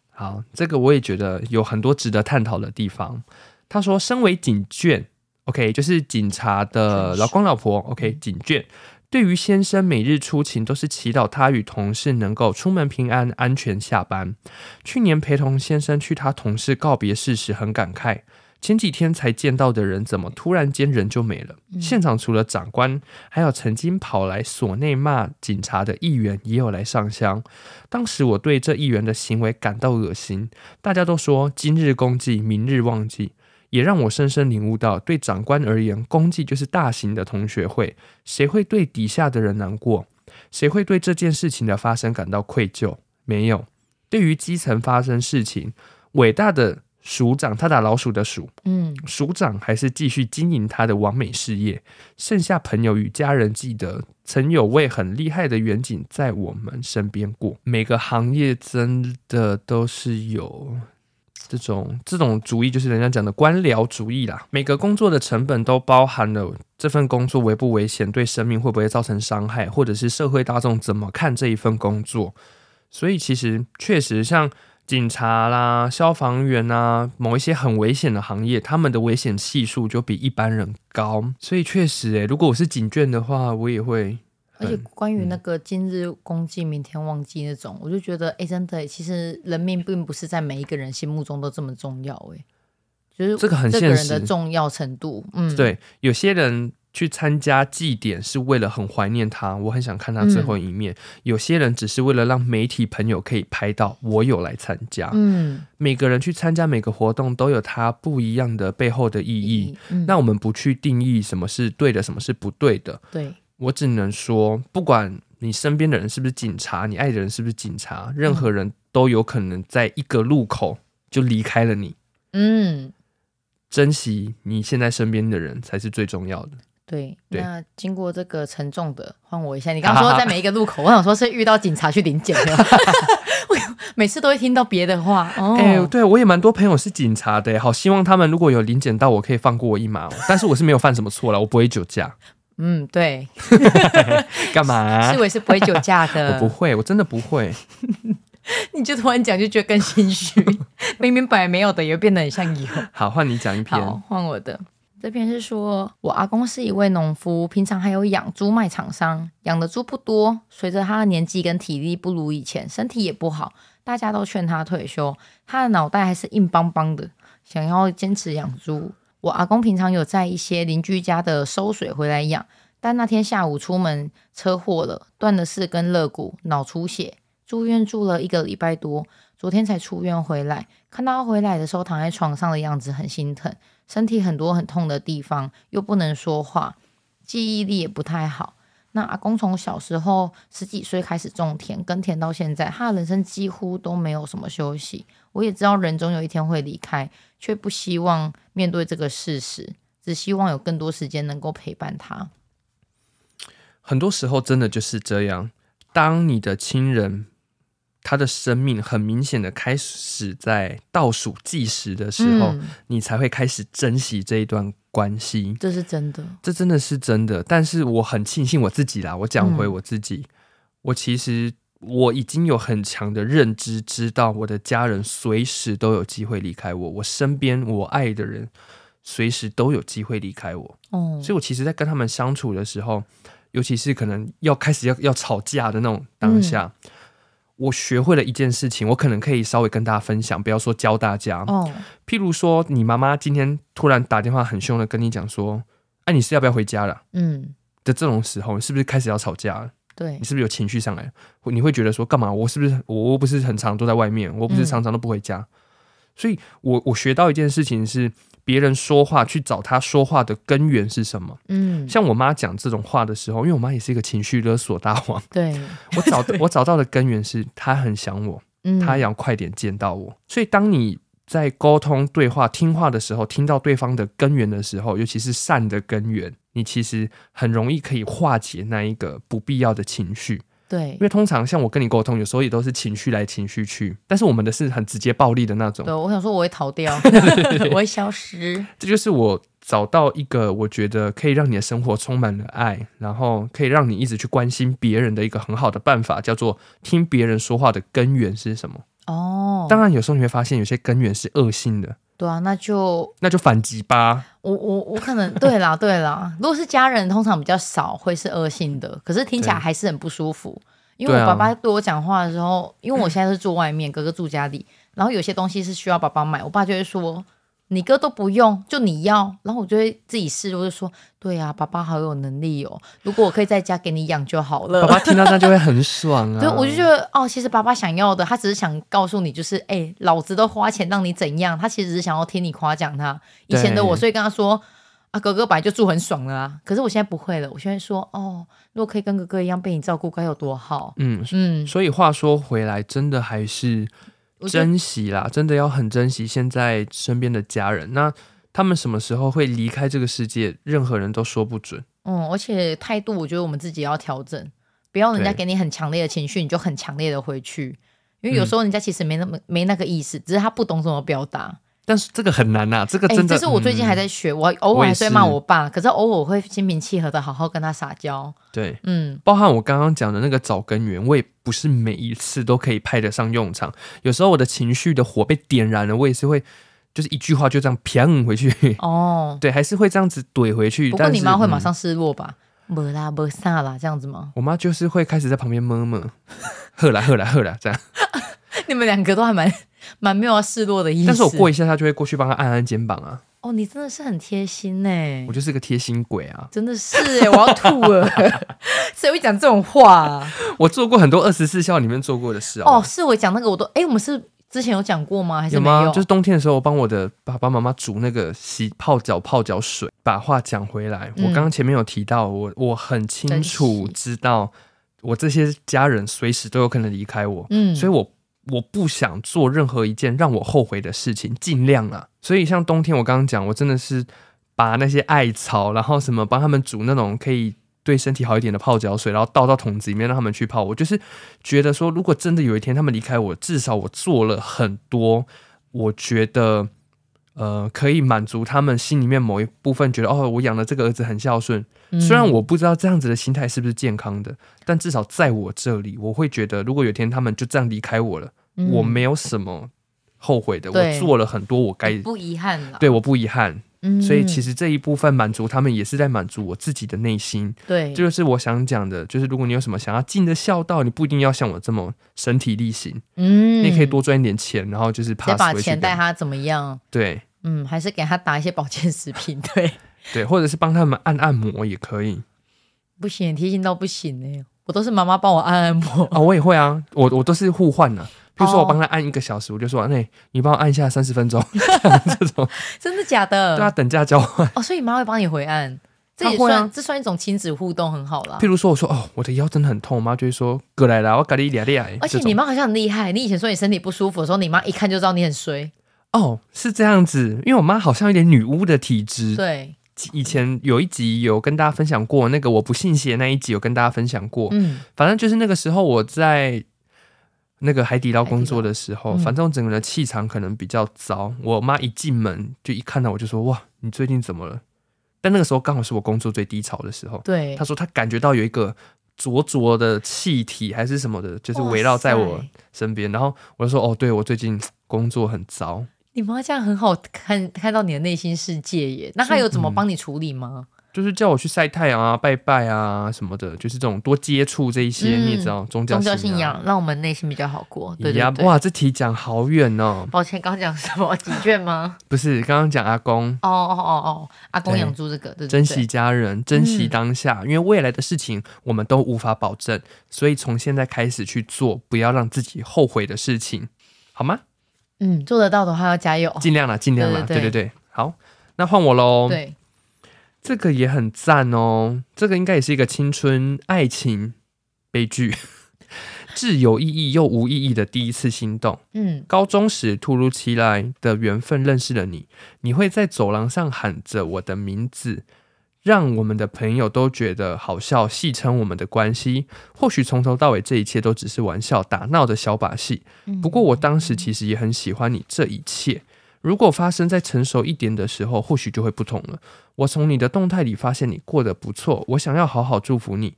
好，这个我也觉得有很多值得探讨的地方。他说，身为警眷，OK，就是警察的
是
老公老婆，OK，警眷。对于先生每日出勤，都是祈祷他与同事能够出门平安、安全下班。去年陪同先生去他同事告别式时，很感慨。前几天才见到的人，怎么突然间人就没了？现场除了长官，还有曾经跑来所内骂警察的议员也有来上香。当时我对这议员的行为感到恶心，大家都说今日公祭，明日忘记，也让我深深领悟到，对长官而言，公祭就是大型的同学会，谁会对底下的人难过？谁会对这件事情的发生感到愧疚？没有。对于基层发生事情，伟大的署长，他打老鼠的鼠，
嗯，
署长还是继续经营他的完美事业。剩下朋友与家人记得，曾有位很厉害的远景在我们身边过。每个行业真的都是有。这种这种主义就是人家讲的官僚主义啦。每个工作的成本都包含了这份工作危不危险，对生命会不会造成伤害，或者是社会大众怎么看这一份工作。所以其实确实像警察啦、消防员啊，某一些很危险的行业，他们的危险系数就比一般人高。所以确实、欸诶，如果我是警卷的话，我也会
而且
很
关于那个今日公祭，明天忘记那种，我就觉得，哎，真的耶，其实人命并不是在每一个人心目中都这么重要，哎，就是
这个很
这个
现
人
实
的重要程度，嗯，，
对有些人。去参加祭典是为了很怀念他，我很想看他最后一面。有些人只是为了让媒体朋友可以拍到我有来参加。
嗯，
每个人去参加每个活动都有他不一样的背后的意义。
嗯，
那我们不去定义什么是对的，什么是不对的。
对，
我只能说，不管你身边的人是不是警察，你爱的人是不是警察，任
嗯
何人都有可能在一个路口就离开了你。
嗯，
珍惜你现在身边的人才是最重要的。
对，
对
那经过这个沉重的，换我一下。你 刚刚说在每一个路口，我想说是遇到警察去临检的，我每次都会听到别的话。哦，
哎、对我也蛮多朋友是警察的，欸好希望他们如果有临检到我，可以放过我一马、哦。但是我是没有犯什么错了，我不会酒驾，
嗯，对，
干嘛
是？我也是不会酒驾
啊 我
的
不。会，我真的不会。
你就突然讲，就觉得更心虚。 明明本来没有的，也变得很像有。
好，换你讲一
好
篇。，
换我的。这篇是说，我阿公是一位农夫，平常还有养猪卖厂商，养的猪不多。随着他的年纪跟体力不如以前，身体也不好，大家都劝他退休，他的脑袋还是硬邦邦的，想要坚持养猪。我阿公平常有在一些邻居家的收水回来养，但那天下午出门车祸了，断了四根肋骨，脑出血，住院住了一个礼拜多，昨天才出院回来。看到他回来的时候躺在床上的样子，很心疼，身体很多很痛的地方，又不能说话，记忆力也不太好。那阿公从小时候十几岁开始种田，耕田到现在，他的人生几乎都没有什么休息。我也知道人总有一天会离开，却不希望面对这个事实，只希望有更多时间能够陪伴他。
很多时候真的就是这样。当你的亲人他的生命很明显的开始在倒数计时的时候，
嗯
你才会开始珍惜这一段关系。
这是真的。
这真的是真的，但是我很庆幸我自己啦。我讲回我自己，我其实我已经有很强的认知，知道我的家人随时都有机会离开我，我身边我爱的人随时都有机会离开我。
哦，
所以我其实，在跟他们相处的时候，尤其是可能要开始要要吵架的那种当下，
嗯
我学会了一件事情，我可能可以稍微跟大家分享，不要说教大家。
哦，
譬如说，你妈妈今天突然打电话很凶的跟你讲说：“哎、你是要不要回家了？”
嗯，
的这种时候，你是不是开始要吵架了？
对
你，是不是有情绪上来了？会你会觉得说，干嘛？我是不是我我不是很常都在外面，我不是
嗯
常常都不回家？所以我我学到一件事情是，别人说话去找他说话的根源是什么？
嗯，
像我妈讲这种话的时候，因为我妈也是一个情绪勒索大王，
对，
我 找我找到的根源是她很想我，
嗯，
她要快点见到我。所以当你在沟通、对话、听话的时候，听到对方的根源的时候，尤其是善的根源，你其实很容易可以化解那一个不必要的情绪。
对
因，为通常像我跟你沟通，有时候也都是情绪来情绪去，但是我们的是很直接暴力的那种
对，。我想说我会 逃掉， 我会消失。
这就是我找到一个我觉得可以让你的生活充满了爱，然后可以让你一直去关心别人的一个很好的办法，叫做听别人说话的根源是什么。
哦，
当然，有时候你会发现有些根源是恶性的，
对啊，那就
那就反击吧。
我我我可能对啦对啦，如果是家人，通常比较少会是恶性的，可是听起来
对
还是很不舒服。因为
对
我
啊
爸爸对我讲话的时候，因为我现在是住外面，哥哥住家里，然后有些东西是需要爸爸买，我爸就会说。你哥都不用，就你要，然后我就会自己试，我就说，对啊，爸爸好有能力哦。如果我可以在家给你养就好了。
爸爸听到那就会很爽啊。
对，我就觉得哦，其实爸爸想要的，他只是想告诉你，就是哎、老子都花钱让你怎样，他其实只是想要听你夸奖他。以前的我，
对
所以跟他说啊，哥哥本来就住很爽了啊，可是我现在不会了，我现在说哦，如果可以跟哥哥一样被你照顾，该有多好。
嗯，
嗯，
所以话说回来，真的还是
我觉得
珍惜啦，真的要很珍惜现在身边的家人。那他们什么时候会离开这个世界，任何人都说不准。
嗯，而且态度，我觉得我们自己也要调整，不要人家
对
给你很强烈的情绪，你就很强烈的回去，因
嗯
为有时候人家其实没那么、没那个意思，只是他不懂怎么表达。
但是这个很难呐、啊这个
哎、
真的。
这是我最近还
嗯
在学，我偶
我
尔
也
还是会骂
是
我爸，可是偶尔我会心平气和的好好跟他撒娇。
对，
嗯，
包含我刚刚讲的那个找根源，我也不是每一次都可以派得上用场。有时候我的情绪的火被点燃了，我也是会就是一句话就这样砰回去，
哦，
对，还是会这样子怼回去。
不过
但
你
是
妈会马、
嗯
上失落吧？没啦，没啥啦，这样子吗？
我妈就是会开始在旁边摸 摸，喝啦喝啦喝啦这样。
你们两个都还蛮蛮没有要示弱的意思。
但是我过一下，她就会过去帮她按按肩膀啊。
哦，你真的是很贴心呢、
我就是个贴心鬼啊！
真的是哎、我要吐 了， 谁会讲这种话、啊？
我做过很多二十四孝里面做过的事
哦，
哦。
是我讲那个我都哎、我们是之前有讲过吗？还是
有
没
吗？就是冬天的时候，我帮我的爸爸妈妈煮那个洗泡脚泡脚水。把话讲回来，我
嗯
刚刚前面有提到，我我很清楚
珍惜
知道，我这些家人随时都有可能离开我，
嗯，
所以我我不想做任何一件让我后悔的事情，尽量啊。所以像冬天，我刚刚讲，我真的是把那些艾草，然后什么帮他们煮那种可以对身体好一点的泡脚水，然后倒到桶子里面让他们去泡。我就是觉得说，如果真的有一天他们离开我，至少我做了很多，我觉得。呃，可以满足他们心里面某一部分，觉得哦，我养的这个儿子很孝顺，
嗯
虽然我不知道这样子的心态是不是健康的，但至少在我这里，我会觉得，如果有一天他们就这样离开我了，
嗯
我没有什么后悔的，
对
我做了很多我该，
不遗憾了，
对，我不遗憾。
嗯，
所以其
实
实这一部分满足他们，也是在满足我自己的内心。
对，
这就是我想讲的，就是如果你有什么想要尽的孝道，你不一定要像我这么身体力行，
嗯
你也可以多赚一点钱，然后就是
再
pass
把
回去
钱
给
带他怎么样？
对
嗯，还是给他打一些保健食品，对，
对，或者是帮他们按按摩也可以。
不行，贴心到不行哎、我都是妈妈帮我按按摩。
哦，我也会啊，我我都是互换的、比如说
哦
我帮他按一个小时，我就说，那、你帮我按一下三十分 钟，这种
真的假的？
对啊，等价交换。
嗯哦，所以妈会帮你回按，这
她
也
会
算、
啊
这算一种亲子互动，很好啦
譬。如说我说哦，我的腰真的很痛，我妈就会说过来啦，我咖喱俩俩。
而且
这种
哦你妈好像很厉害，你以前说你身体不舒服的时候，你妈一看就知道你很衰。
哦是这样子，因为我妈好像有点女巫的体质。
对，
以前有一集有跟大家分享过，那个我不信邪那一集有跟大家分享过。
嗯，
反正就是那个时候我在那个海底捞工作的时候，
海底捞嗯
反正我整个人气场可能比较糟。我妈一进门就一看到我就说：“哇，你最近怎么了？”但那个时候刚好是我工作最低潮的时候。
对
她。说她感觉到有一个灼灼的气体还是什么的，就是围绕在
哇
我
塞
身边。然后我就说：“哦，对我最近工作很糟。
你妈这样很好看，看到你的内心世界耶。那她有怎么
嗯
帮你处理吗？”
就是叫我去晒太阳啊、拜拜啊什么的，就是这种多接触这一些，
嗯
你也知道宗教
宗教
信
信仰让我们内心比较好过。对
呀
对对。
哇，这题讲好远哦！
抱歉，刚刚讲什么？几卷吗？
不是，刚刚讲阿公，
哦哦哦哦，阿公
对
养猪这个，对对对，嗯
珍惜家人，珍惜当下，因为未来的事情我们都无法保证，所以从现在开始去做，不要让自己后悔的事情，好吗？
嗯，做得到的话要加油。
尽量啦，尽量啦，
哦
对
对对对
对对，好，那换我喽。
对，
这个也很赞哦，这个应该也是一个青春爱情悲剧， 挚有意义又无意义的第一次心动。
嗯，
高中时突如其来的缘分认识了你，你会在走廊上喊着我的名字，让我们的朋友都觉得好笑，戏称我们的关系。或许从头到尾这一切都只是玩笑打闹的小把戏，
嗯
不过我当时其实也很喜欢你这一切。如果发生在成熟一点的时候，或许就会不同了。我从你的动态里发现你过得不错，我想要好好祝福你，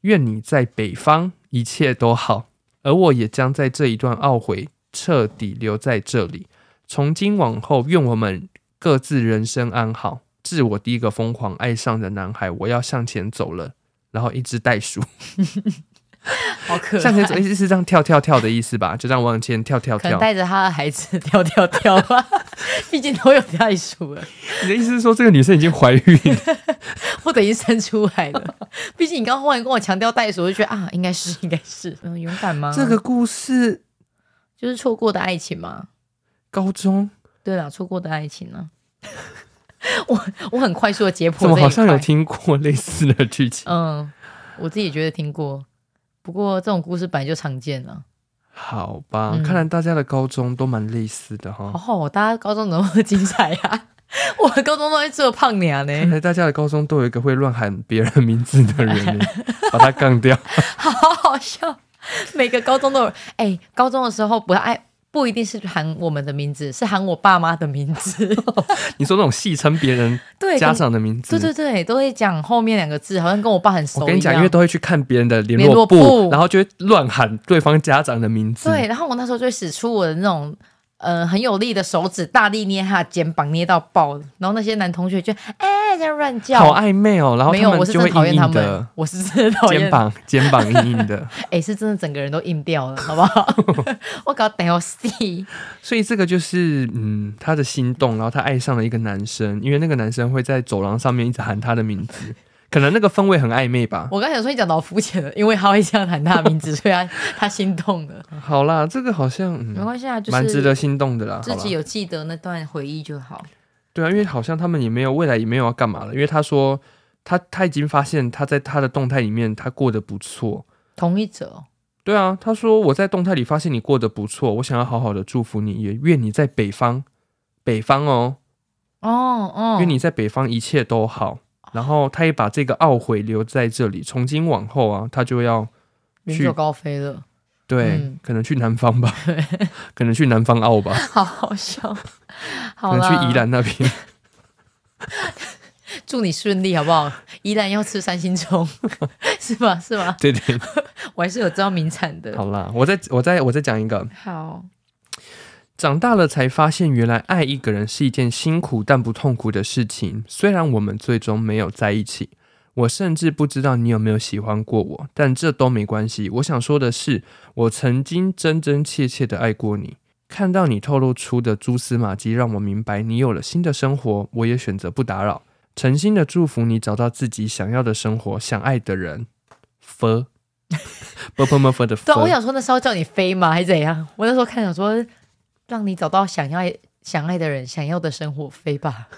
愿你在北方一切都好。而我也将在这一段懊悔彻底留在这里。从今往后，愿我们各自人生安好。致我第一个疯狂爱上的男孩，我要向前走了。然后一只袋 鼠
好可
向前走，
爱，
意思是这样跳跳跳的意思吧？就这样往前跳跳
可能
跳。
带着他的孩子跳跳跳吧， 毕竟都有袋鼠了，
你的意思是说，这个女生已经怀孕了？
或者已经生出来了。 毕竟你刚刚忽然跟我强调袋鼠，我就觉得啊，应该是应 该是，嗯，勇敢吗？
这个故事
就是错过的爱情嘛。
高中
对啦，错过的爱情呢、 我我很快速的解
怎
剖
么
这一
好像有
块
听过类似的剧情？
嗯，我自己也觉得听过，不过这种故事本来就常见了。
好吧，
嗯
看来大家的高中都蛮类似的
好
哈。
好哦，大家高中怎么那么精彩啊？ 我的高中都在做胖娘
看
呢，
来大家的高中都有一个会乱喊别人名字的 人呢，把他杠掉。
好好笑。每个高中都有，哎、高中的时候不爱不一定是喊我们的名字，是喊我爸妈的 名字。
你说那种戏称别人
对，
家
跟
长的名字，
对对对，都会讲后面两个字，好像跟我爸很熟一样。
我跟你讲，因为都会去看别人的联络
联络簿
然后就会乱喊对方家长的名字。
对，然后我那时候就会使出我的那种呃很有力的手指，大力捏他的肩膀，捏到爆。然后那些男同学就哎这样乱叫，
好暧昧哦，然后
没有，我
们
是
就
真
会
的讨
硬
厌他
硬
们
的，
我是真的 讨厌
肩，膀，肩膀硬硬的。
哎、是真的整个人都硬掉了，好不 好？我搞屌死！
所以这个就是，嗯，他的心动，然后他爱上了一个男生，因为那个男生会在走廊上面一直喊他的名字， 可能那个氛围很暧昧吧。
我刚才有说你讲到肤浅了，因为他会这样喊他的名字，所以他他心动了。
好啦，这个好像、嗯
嗯没关系啊，就
蛮值
是
得心动的啦。
自己
好啦
有记得那段回忆就好。
对啊，因为好像他们也没有未来也没有要干嘛了，因为他说他他已经发现他在他的动态里面他过得不错。
同一者，
对啊，他说我在动态里发现你过得不错，我想要好好的祝福你，也愿你在北方，北方哦，
哦哦，
愿你在北方一切都好。然后他也把这个懊悔留在这里，从今往后啊，他就要
远
去
走高飞了，
对，
嗯
可能去南方吧，可能去南方澳吧，
好好 笑。好
可能
啦，
去宜兰那边。
祝你顺利好不好？宜兰要吃三星 葱，是吧？是吧？
对对，
我还是有知道名产的。
好啦，我再我再我再讲一个，
好，
长大了才发现，原来爱一个人是一件辛苦但不痛苦的事情。虽然我们最终没有在一起，我甚至不知道你有没有喜欢过我，但这都没关系。我想说的是，我曾经真真切切的爱过你。看到你透露出的蛛丝马迹，让我明白你有了新的生活，我也选择不打扰。诚心的祝福你找到自己想要的生活，想爱的人。f b p m f 的 f，
对啊，我想说那时候叫你飞吗，还是怎样？我那时候看想说，让你找到想要想爱的人，想要的生活，飞吧，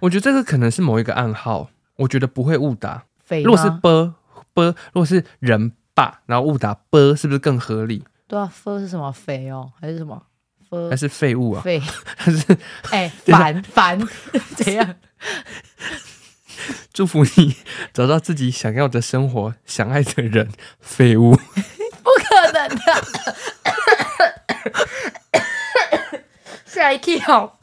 我觉得这个可能是某一个暗号，我觉得不会误打。
飞吗。
如果是 b b，如果是人吧，然后误打 b，是不是更合理？
对啊，飞是什么？肥哦，还是什么？
还
飞
是废物啊？
飞，
还是
哎，烦烦， 怎样？
祝福你 找到自己想要的生活，想爱的人，废物。
不可能 的。吓一跳。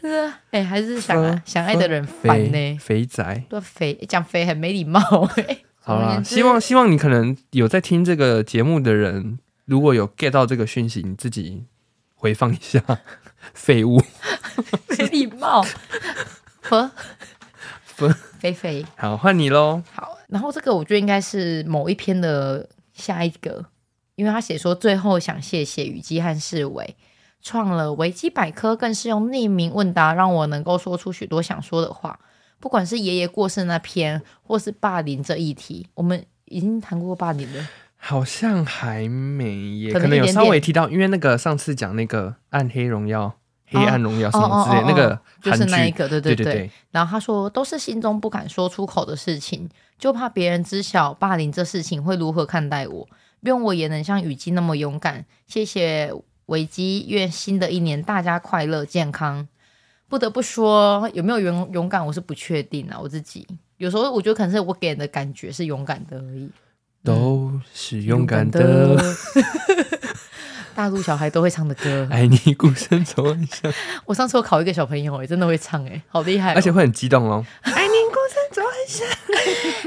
是啊，哎、还是 想、
分
想爱的人 烦
肥
呢、
肥宅。
多肥讲肥很没礼貌哎、
好
总而
啦，
言之
希望希望你可能有在听这个节目的人，如果有 get 到这个讯息，你自己回放一下。 废物，
没礼貌。 呵，
分
肥肥
好，换你喽。
好，然后这个我觉得应该是某一篇的下一个，因为他写说最后想谢谢雨姬和世伟，创了维基百科，更是用匿名问答让我能够说出许多想说的话，不管是爷爷过世那篇，或是霸凌这一题，我们已经谈过霸凌了，
好像还没耶，
可
可能
能一
有
点
稍
点
微提到，因为那个上次讲那个《暗黑荣耀》、黑暗荣耀》什
哦
么
哦
之类
哦，
那
哦
个
就
韩
是那一
剧，
个，对
对
对。嗯
对，
然后他说，都是心中不敢说出口的事情，就怕别人知晓霸凌这事情会如何看待我。愿我也能像雨姬那么勇敢。谢谢维基，愿新的一年大家快乐健康。不得不说，有没有勇勇敢，我是不确定啊。我自己有时候我觉得可能是我给人的感觉是勇敢的而已，
都是勇敢的，。
大陆小孩都会唱的歌，
爱你孤身走暗 巷，
我上次我考一个小朋友、欸，真的会唱、欸，好厉害哦、
而且会很激动哦。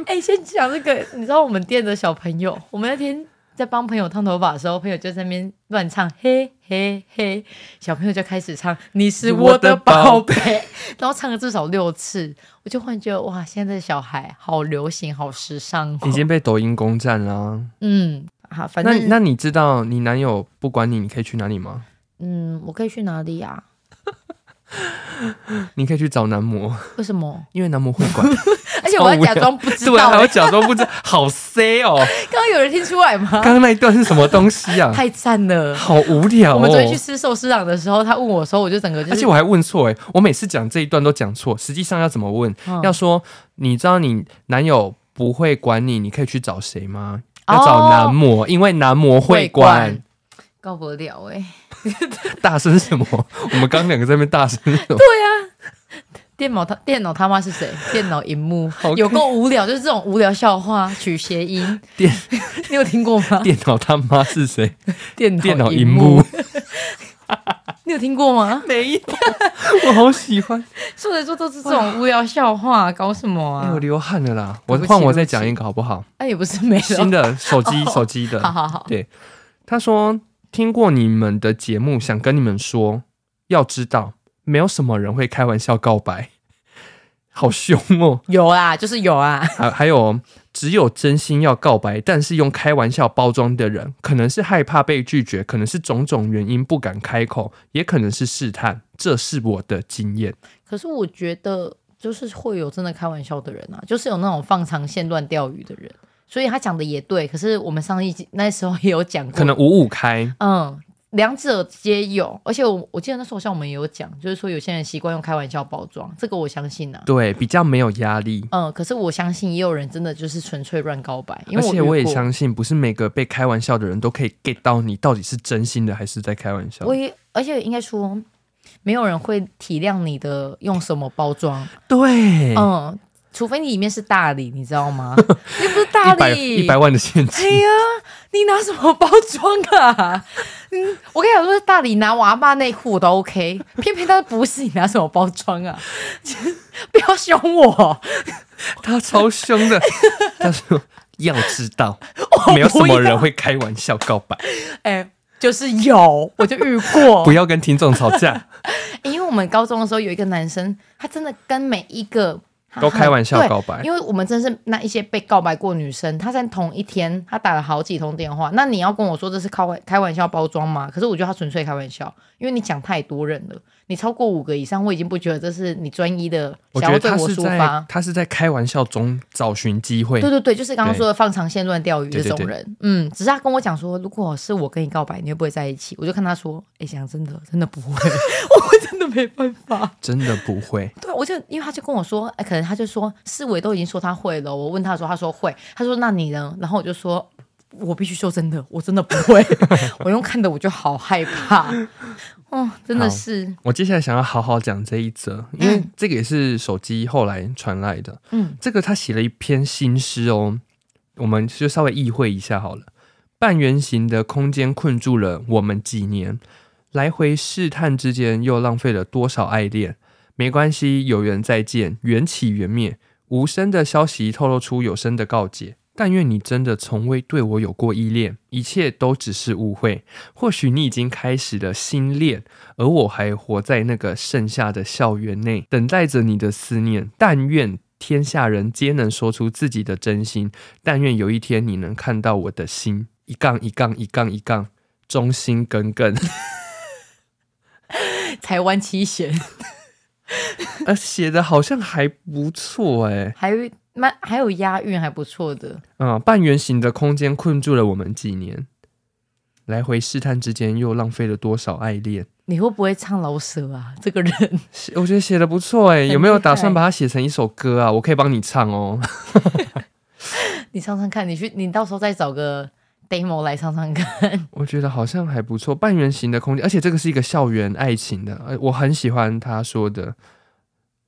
哎、先讲这个，你知道我们店的小朋友，我们那天在帮朋友烫头发的时候，朋友就在那边乱唱，嘿嘿嘿，小朋友就开始唱“你是我的宝贝”，然后唱了至少六次，我就忽然觉得哇，现在的小孩好流行，好时尚、哦，
已经被抖音攻占了啊。
嗯，好，反
那
正
那你知道你男友不管你，你可以去哪里吗？
嗯，我可以去哪里啊？
你可以去找男模，
为什么？
因为男模会管。
而且我要假装不知
对啊，
道、
还要
欸，
假装不知道，好 C 哦。
刚刚有人听出来吗？
刚刚那一段是什么东西啊？
太赞了！
好无聊哦。
我们昨天去吃寿司郎的时候，他问我的时候，我就整个就
而
是
且我还问错哎、我每次讲这一段都讲错，实际上要怎么问？
嗯
要说你知道你男友不会管你，你可以去找谁吗？
哦
要找男模，因为男模会管。，
搞不了哎、
大声什么？我们刚刚两个在那边大声什么？
电脑他电脑他妈 是谁？电脑荧幕
好
有够无聊，就是这种无聊笑话取谐音。
电
你有听过吗？
电脑他妈是谁？
电
电
脑
脑
荧
荧 幕，
你有听过吗？
没有，我好喜欢。
说来说都是这种无聊笑话，搞什么
哎、
啊
我？流汗了啦，
对
我
不起
换我
对
再
不起
讲一个好不 好？
哎、也不是没
新
了。
的手机，手机的。
好好好，
对，他说听过你们的节目，想跟你们说，要知道没有什么人会开玩笑告白， 好凶哦。
有啊，就是有啊。
还还有哦，只有真心要告白，但是用开玩笑包装的人，可能是害怕被拒绝，可能是种种原因不敢开口，也可能是试探。这是我的经验。
可是我觉得就是会有真的开玩笑的人啊，就是有那种放长线乱钓鱼的人。所以他讲的也对，可是我们上一集那时候也有讲过，
可能五五开，
嗯，两者皆有，而且我我记得那时候好像我们也有讲，就是说有些人习惯用开玩笑包装，这个我相信呐、
对，比较没有压力。
嗯，可是我相信也有人真的就是纯粹乱告白，因
而
为我
且
遇
我也
过，
相信，不是每个被开玩笑的人都可以 get 到你到底是真心的还是在开玩笑。
我也而且应该说，没有人会体谅你的用什么包装，
对，
嗯，除非你里面是大理，你知 道吗？又不是大
一百
理，
一百万的现 金，
哎呀，你拿什么包装啊？ 嗯，我跟你讲，如果是大理拿我阿妈内裤我都 OK，偏偏他不是，你拿什么包装啊？ 不要凶我，
他超凶的。 他说要知 道，
要
没有什么人会开玩笑告白，
哎、就是有，我就遇过
不，要跟 听众吵架。
因为我们高中的时候有一个男生，他真的跟每一个。
都开玩笑
对
告白，
因为我们真是那一些被告白过女生，她在同一天她打了好几通电话。那你要跟我说这是开玩开玩笑包装吗？可是我觉得她纯粹开玩笑，因为你讲太多人了，你超过五个以上，我已经不觉得这是你专一的
我觉
想要
得
对
他是
抒
在
发。
他是在开玩笑中找寻机会
对，对对，就是刚刚
对
说的放长线乱钓鱼
对
这
对
种
对
人，嗯，只是她跟我讲说，如果是我跟你告白，你会不会在一起？我就看她说，哎、讲真的，真的不会， 我真的没办法。
真的不会。
对，我就因为他就跟我说，哎可能他就说世伟都已经说他会了，我问他的时候，他说会，他说那你呢？然后我就说。我必须说真的，我真的不 会，我用看的我就好害怕，哦，真的
好
是，
我接下来想要好好讲这一则，因为这个也是手机后来传来的。
嗯，
这个他写了一篇新诗哦，我们就稍微意会一下好了。半圆形的空间困住了我们几年，来回试探之间又浪费了多少爱恋？没关系，有缘再见，缘起缘灭。无声的消息透露出有声的告解。但愿你真的从未对我有过依恋，一切都只是误会。或许你已经开始了新恋，而我还活在那个盛夏的校园内，等待着你的思念。但愿天下人皆能说出自己的真心，但愿有一天你能看到我的心。一杠一杠一杠一杠，忠心耿耿。
才湾七弦，
呃，写的好像还不错哎、
还有蛮还有押韵，还不错的，
嗯，半圆形的空间困住了我们几年，来回试探之间又浪费了多少爱恋。
你会不会唱老舍啊？这个人
写我觉得写的不错哎、
厉害
有没有打算把它写成一首歌啊？我可以帮你唱哦。
你唱唱看，你去，你到时候再找个 demo 来唱 唱看，
我觉得好像还不错，半圆形的空间，而且这个是一个校园爱情的，呃，我很喜欢他说的，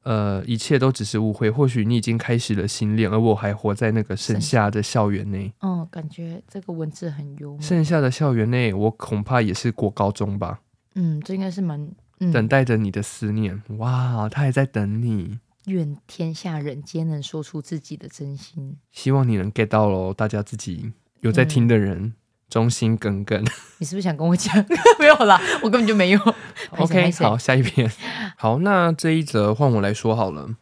呃，一切都只是误会，或许你已经开始了新恋，而我还活在那个盛夏的校园内。
嗯，感觉这个文字很幽默，
盛夏的校园内，我恐怕也是国高中吧，
嗯，这应该是蛮，嗯，
等待着你的思念。哇，他还在等你，
愿天下人皆能说出自己的真心。
希望你能 get 到喽，大家自己有
嗯
在听的人，忠心耿耿。
你是不是想跟我讲？ 没有啦，我根本就没有。拍谁
OK，
拍谁
好，下一篇。 好，那这一则换我来说好了。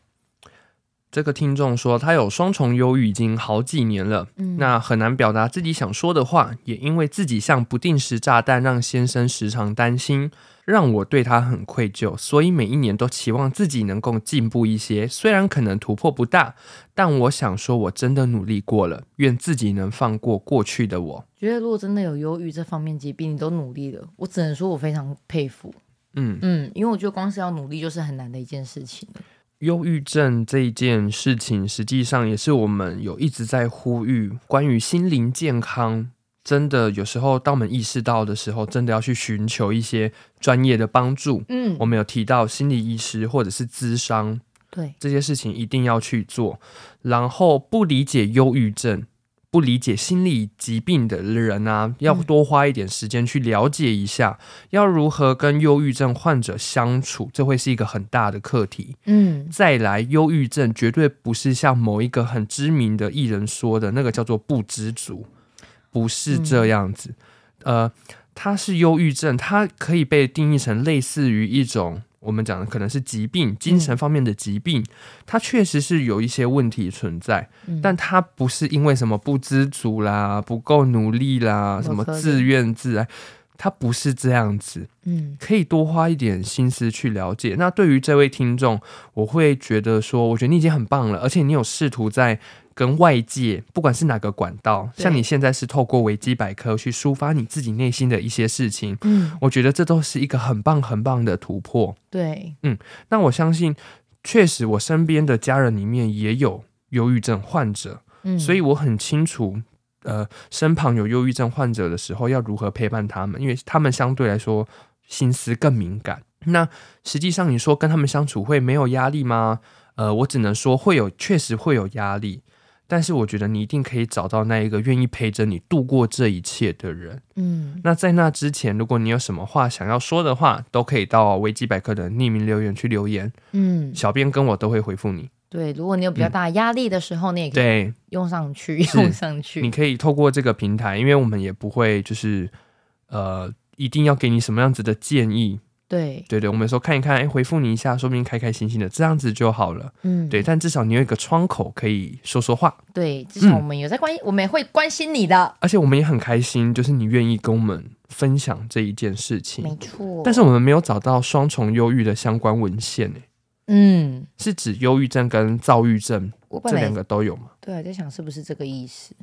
这个听众说，他有双重忧郁已经好几年了，
嗯
那很难表达自己想说的话，也因为自己像不定时炸弹，让先生时常担心，让我对他很愧疚，所以每一年都期望自己能够进步一些，虽然可能突破不大，但我想说，我真的努力过了，愿自己能放过过去的我。
觉得如果真的有忧郁这方面疾病，你都努力了，我只能说我非常佩服。
嗯，
嗯，因为我觉得光是要努力就是很难的一件事情。
忧郁症这一件事情，实际上也是我们有一直在呼吁关于心灵健康。真的，有时候当我们意识到的时候，真的要去寻求一些专业的帮助。
嗯
我，们有提到心理医师或者是咨商
对，
这些事情一定要去做。然后不理解忧郁症、不理解心理疾病的人啊，要多花一点时间去了解一下，要如何跟忧郁症患者相处，这会是一个很大的课题。
嗯
再来，忧郁症绝对不是像某一个很知名的艺人说的那个叫做不知足，不是这样子。呃，它是忧郁症，它可以被定义成类似于一种我们讲的可能是疾病，精神方面的疾病，它确实是有一些问题存在，
嗯，
但它不是因为什么不知足啦、不够努力啦、
有
什么
可能
自怨自艾，它不是这样子。
嗯
可以多花一点心思去了解。那对于这位听众，我会觉得说，我觉得你已经很棒了，而且你有试图在跟外界，不管是哪个管道，
对
像你现在是透过维基百科去抒发你自己内心的一些事情，
嗯，
我觉得这都是一个很棒很棒的突破。
对，
那我相信，确实我身边的家人里面也有忧郁症患者，
嗯，
所以我很清楚。呃，身旁有忧郁症患者的时候，要如何陪伴他们？因为他们相对来说心思更敏感。那实际上，你说跟他们相处会没有压力吗？呃，我只能说会有，确实会有压力。但是我觉得你一定可以找到那一个愿意陪着你度过这一切的人。
嗯，
那在那之前，如果你有什么话想要说的话，都可以到维基百科的匿名留言去留言，
嗯，
小编跟我都会回复你。
对，如果你有比较大的压力的时候，你也可
嗯
以
对，
用上去，
是
用上
你
去。
可以透过这个平台，因为我们也不会就是呃，一定要给你什么样子的建议，
对，
对对，我们说看一看，哎，回复你一下，说不定开开心心的，这样子就好了。
嗯，
对，但至少你有一个窗口可以说说话，
对，至
嗯
少我们有在关心，我们也会关心你的，
而且我们也很开心，就是你愿意跟我们分享这一件事
没
情。
错。
但是我们没有找到双重忧郁的相关文献，哎，
嗯，
是指忧郁症跟躁郁症
我本
这两
来
个都有吗？
对啊在想是不是这个意思，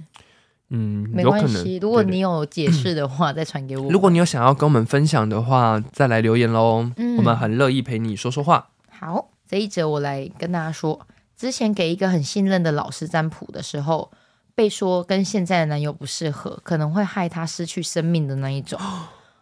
嗯，
没
有可
关
能
系。。如果
对
你有解释的话， 再传给我。
如果你有想要跟我们分享的话，再来留言喽，
嗯
我们很乐意陪你说说话。
好，这一则我来跟大家说，之前给一个很信任的老师占卜的时候，被说跟现在的男友不适合，可能会害他失去生命的那一种。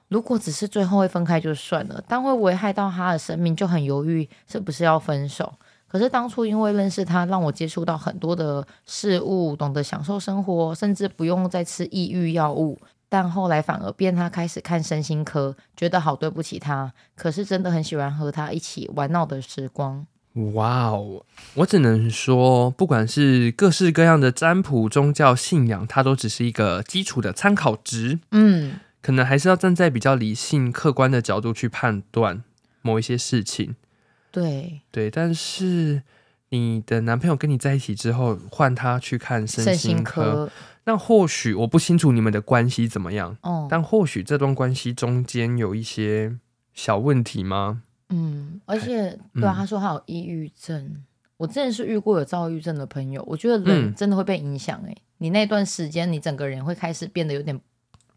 如果只是最后会分开就算了，但会危害到他的生命，就很犹豫是不是要分手。可是当初因为认识他，让我接触到很多的事物，懂得享受生活，甚至不用再吃抑郁药物。但后来反而变他开始看身心科，觉得好对不起他，可是真的很喜欢和他一起玩闹的时光。
哇哦，我只能说，不管是各式各样的占卜、宗教信仰，它都只是一个基础的参考值，
嗯，
可能还是要站在比较理性、客观的角度去判断某一些事情。
对，
对，但是你的男朋友跟你在一起之后，换他去看身
身
心
心
科，
科，
那或许我不清楚你们的关系怎么样，
哦，
但或许这段关系中间有一些小问题吗？
嗯，而且对啊，
嗯
他说他有抑郁症，我之前是遇过有躁郁症的朋友，我觉得人
嗯
真的会被影响诶、你那段时间你整个人会开始变得有点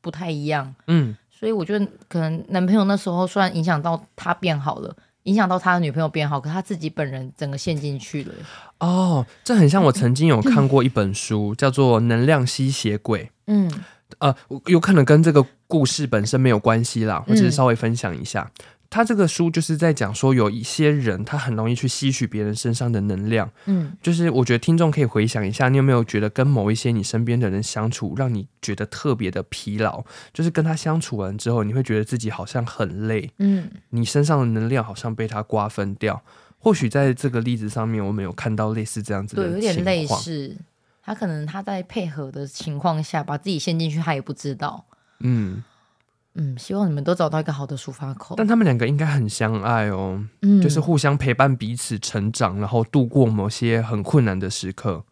不太一样，
嗯，
所以我觉得可能男朋友那时候虽然影响到他变好了。影响到他的女朋友变好，可他自己本人整个陷进去了。欸
哦，这很像我曾经有看过一本书，叫做《能量吸血鬼》。
嗯，
呃，有可能跟这个故事本身没有关系啦，我只是稍微分享一下。他这个书就是在讲说，有一些人他很容易去吸取别人身上的能量，
嗯，
就是我觉得听众可以回想一下，你有没有觉得跟某一些你身边的人相处，让你觉得特别的疲劳？就是跟他相处完之后，你会觉得自己好像很累，
嗯，
你身上的能量好像被他瓜分掉。或许在这个例子上面，我们有看到类似这样子的
对，
情
有
况，
点类似。他可能他在配合的情况下把自己陷进去，他也不知道。
嗯，
嗯，希望你们都找到一个好的抒发口。
但他们两个应该很相爱哦，
嗯，
就是互相陪伴彼此成长，然后度过某些很困难的时刻。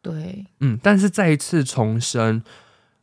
对，
嗯，但是再一次重申，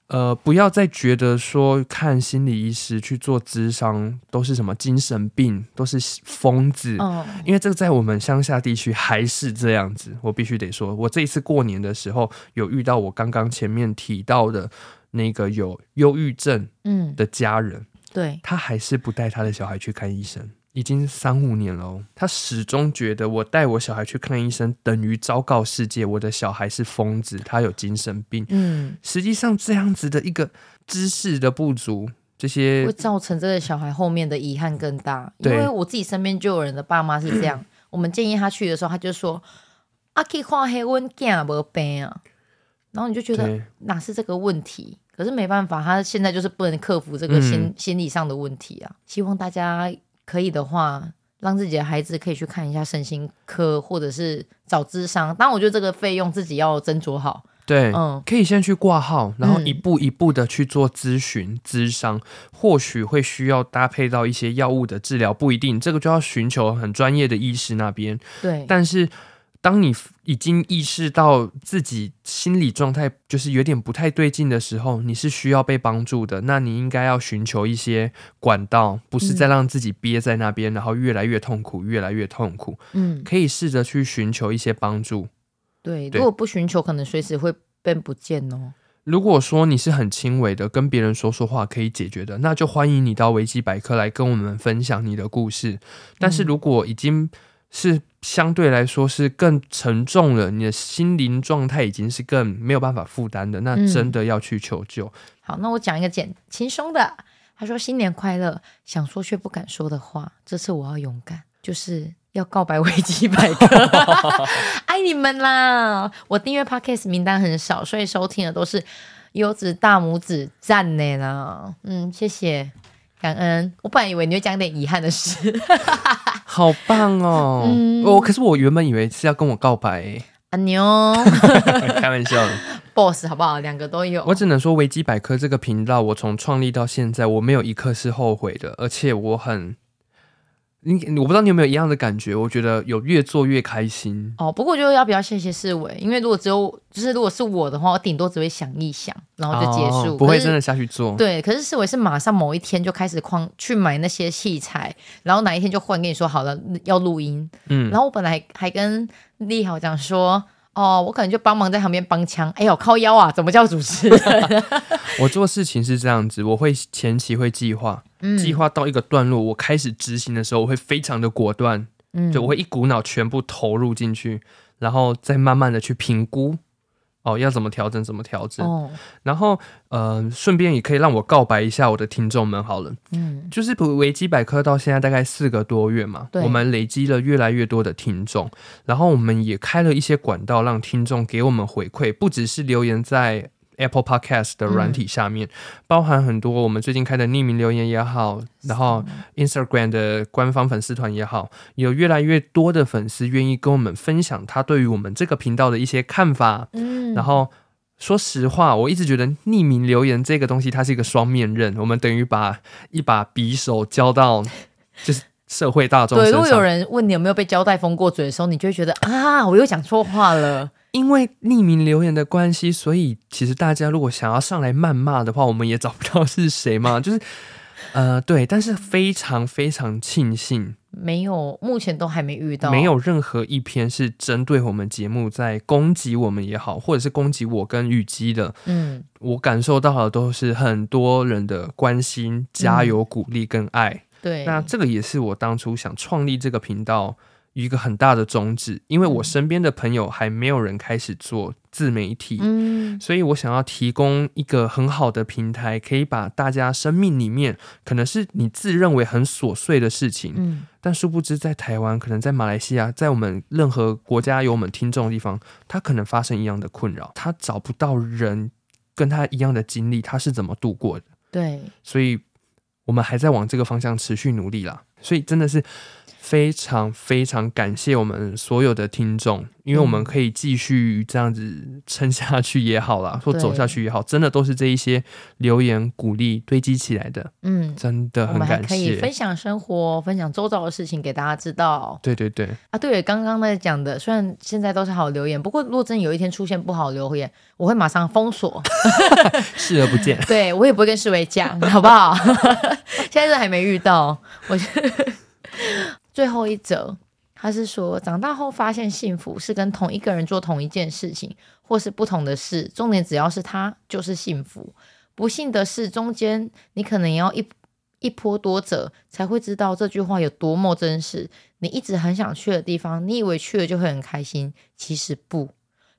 呃，不要再觉得说看心理医师去做咨商都是什么精神病，都是疯子。
嗯，
因为这个在我们乡下地区还是这样子，我必须得说，我这一次过年的时候有遇到我刚刚前面提到的那个有忧郁症
嗯，
的家人，
对，
他还是不带他的小孩去看医生，已经三五年了哦。他始终觉得我带我小孩去看医生等于昭告世界，我的小孩是疯子，他有精神病。
嗯，
实际上，这样子的一个知识的不足，这些
会造成这个小孩后面的遗憾更大。因
对
为我自己身边就有人的爸妈是这 样，我们建议他去的时候，他就说：“啊，去看黑温囝无病啊。”然后你就觉得
对
哪是这个问题？可是没办法，他现在就是不能克服这
嗯
个心、心理上的问题啊。希望大家可以的话，让自己的孩子可以去看一下身心科，或者是找智商。当然，我觉得这个费用自己要斟酌好。
对，
嗯
可以先去挂号，然后
嗯
一步一步的去做咨询、咨商，或许会需要搭配到一些药物的治疗，不一定，这个就要寻求很专业的医师那边。
对，
但是，当你已经意识到自己心理状态就是有点不太对劲的时候，你是需要被帮助的。那你应该要寻求一些管道，不
嗯
是再让自己憋在那边，然后越来越痛苦，越来越痛苦。
嗯，
可以试着去寻求一些帮助。
对，
对
如果不寻求，可能随时会变不见哦。
如果说你是很轻微的，跟别人说说话可以解决的，那就欢迎你到维基百科来跟我们分享你的故事。但是如果已经是相对来说是更沉重了，你的心灵状态已经是更没有办法负担的，那
嗯
真的要去求救。
好，那我讲一个简轻松的。他说：“新年快乐，想说却不敢说的话，这次我要勇敢，就是要告白维基百科。 爱你们啦！我订阅 podcast 名单很少，所以收听的都是优质大拇指赞呢啦。嗯，谢谢，感恩。我本来以为你会讲点遗憾的事
好棒哦！我、可是我原本以为是要跟我告白、欸，
啊牛
开玩笑的。
boss 好不好？两个都有。
我只能说，维基百科这个频道，我从创立到现在，我没有一刻是后悔的，而且我很你我不知道你有没有一样的感觉？我觉得有越做越开心。
哦，不过就要比较谢谢世伟，因为如果只有就是如果是我的话，我顶多只会想一想，然后就结束，
哦不会
可是
真的下去做。
对，可是世伟是马上某一天就开始狂去买那些器材，然后哪一天就忽然跟你说好了要录音，
嗯，
然后我本来还跟丽豪讲说，哦，我可能就帮忙在旁边帮腔，哎呦靠腰啊，怎么叫主持人？
我做事情是这样子，我会前期会计划，
嗯
计划到一个段落，我开始执行的时候，我会非常的果断，
嗯
就我会一股脑全部投入进去，然后再慢慢的去评估，哦，要怎么调整，怎么调整。
哦，
然后，呃，顺便也可以让我告白一下我的听众们好了，
嗯，
就是维基百科到现在大概四个多月嘛，
对
我们累积了越来越多的听众，然后我们也开了一些管道让听众给我们回馈，不只是留言在。Apple Podcast 的软
嗯
体下面、包含很多我们最近开的匿名留言也好，然后 Instagram 的官方粉丝团也好，有越来越多的粉丝愿意跟我们分享他对于我们这个频道的一些看法，
嗯
然后说实话，我一直觉得匿名留言这个东西，它是一个双面刃。我们等于把一把匕首交到 就是社会大众
对，
身
如果有
上。
人问你有没有被胶带封过嘴的时候，你就会觉得啊，我又讲错话了。
因为匿名留言的关系，所以其实大家如果想要上来谩骂的话，我们也找不到是谁 嘛。就是呃，对，但是非常非常庆幸，
没有，目前都还没遇到。
没有任何一篇是针对我们节目在攻击我们也好，或者是攻击我跟雨姬的。
嗯，
我感受到的都是很多人的关心、加油、鼓励跟爱。
嗯对，
那这个也是我当初想创立这个频道一个很大的宗旨，因为
嗯
我身边的朋友还没有人开始做自媒体。
嗯
所以我想要提供一个很好的平台，可以把大家生命里面可能是你自认为很琐碎的事情，
嗯，
但殊不知在台湾，可能在马来西亚，在我们任何国家有我们听众的地方，他可能发生一样的困扰，他找不到人跟他一样的经历，他是怎么度过的？
对，
所以我们还在往这个方向持续努力啦。所以真的是非常非常感谢我们所有的听众，因为我
嗯
们可以继续这样子撑下去也好啦，或
对
走下去也好，真的都是这一些留言鼓励堆积起来的，
嗯，
真的
我
很
们还
感
可以分
谢。
享生活，分享周遭的事情给大家知道
对对对，
啊。对，刚刚在讲的，虽然现在都是好留言，不过如果真有一天出现不好留言，我会马上封锁。
视而不见。
对我也不会跟世伟讲，好不好？ 现在都还没遇到，我就最后一则，他是说长大后发现幸福是跟同一个人做同一件事情，或是不同的事，重点只要是他就是幸福。不幸的是，中间你可能也要一一波多折，才会知道这句话有多么真实。你一直很想去的地方，你以为去了就会很开心，其实不。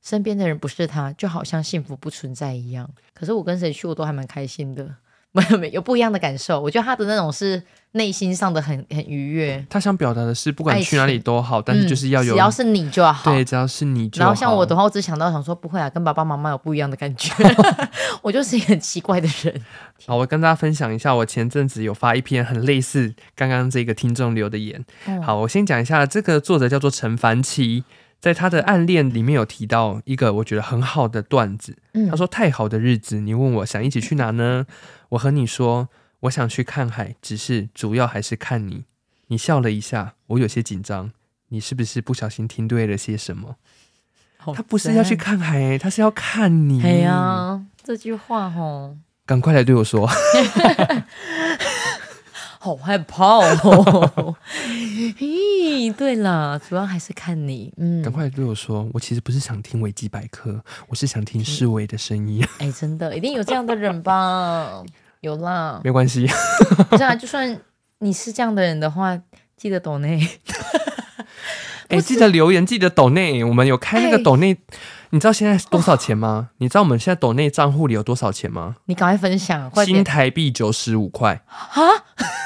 身边的人不是他，就好像幸福不存在一样。可是我跟谁去，我都还蛮开心的， 没有没有有不一样的感受。我觉得他的那种是内心上的很很愉悦，
他想表达的是，不管
爱
去哪里
情
都好，但是就是要
嗯
有，
只要是你就好。
对，只要是你就好。
然后像我的话，我只想到想说不会啊，跟爸爸妈妈有不一样的 感觉，我就是一个很奇怪的人。
好，我跟大家分享一下，我前阵子有发一篇很类似刚刚这个听众留的言。
嗯
好，我先讲一下，这个作者叫做陈凡奇，在他的暗恋里面有提到一个我觉得很好的段子，
嗯
他说：“太好的日子，你问我想一起去哪呢？我和你说，我想去看海，只是主要还是看你。”你笑了一下，我有些紧张。你是不是不小心听对了些什么？ 他不是要去，看海、欸，他是要看你。
哎哦呀、这句话吼，
赶快来对我说。
好害怕 哦。咦，对了，主要还是看你，嗯
赶，快对我说，我其实不是想听维基百科，我是想听世伟的声音。
哎，真的一定有这样的人 吧？有啦，
没关 系，
不是啊，就算你是这样的人的话，记得懂内。
哎、记得留言，记得抖内，我们有开那个
哎
抖内，你知道现在多少钱吗？你知道我们现在抖内账户里有多少钱吗？
你赶快分享，快
新
点！
台币九十五块啊，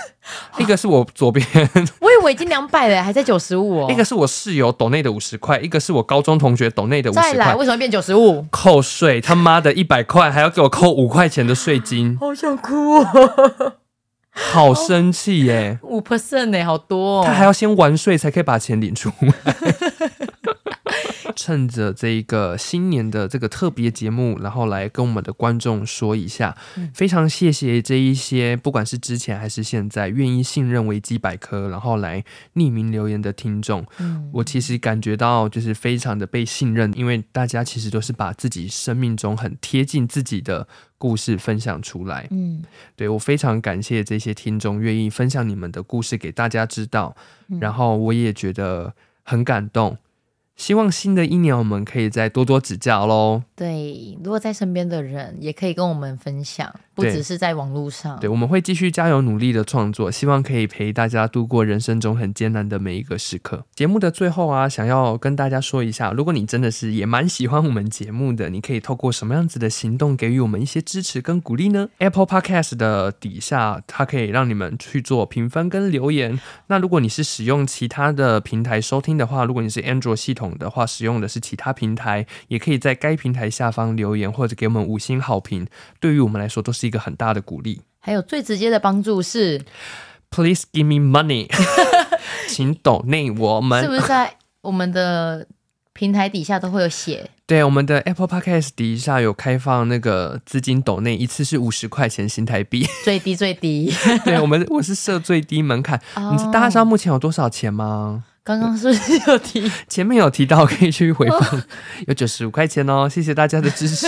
一个是我左 边，
我以为已经两百了，还在九十五 哦。
一个是我室友抖内的五十块，一个是我高中同学抖内的五
再
十
来，
块。
为什么变九十五？
扣税，他妈的一百块，还要给我扣五块钱的税金，
好想哭哦！
好生气耶、
五欸哦 percent 呢，好多哦。
他还要先完税才可以把钱领出。趁着这一个新年的这个特别节目，然后来跟我们的观众说一下，非常谢谢这一些不管是之前还是现在愿意信任维基百科，然后来匿名留言的听众，
嗯，
我其实感觉到就是非常的被信任，因为大家其实都是把自己生命中很贴近自己的故事分享出来。
嗯，
对我非常感谢这些听众愿意分享你们的故事给大家知道，然后我也觉得很感动。希望新的一年我们可以再多多指教喽。
对，如果在身边的人也可以跟我们分享，不
对
只是在网络上。
对，我们会继续加油努力的创作，希望可以陪大家度过人生中很艰难的每一个时刻。节目的最后啊，想要跟大家说一下，如果你真的是也蛮喜欢我们节目的，你可以透过什么样子的行动给予我们一些支持跟鼓励呢？Apple Podcast 的底下，它可以让你们去做评分跟留言。那如果你是使用其他的平台收听的话，如果你是 Android 系统的话，使用的是其他平台，也可以在该平台下方留言或者给我们五星好评，对于我们来说都是一个很大的鼓励。
还有最直接的帮助是，
Please give me money，请抖内我
是
们。
不是在我们的平台底下都会有写？
对，我们的 Apple Podcast 底下有开放那个资金抖内，一次是五十块钱新台 币。
最低最低，
对我们，我是设最低门槛。你知
哦
大家知道目前有多少钱吗？
刚刚是不是有提？
前面有提到，可以去回
哦
放，有九十五块钱哦，谢谢大家的支持。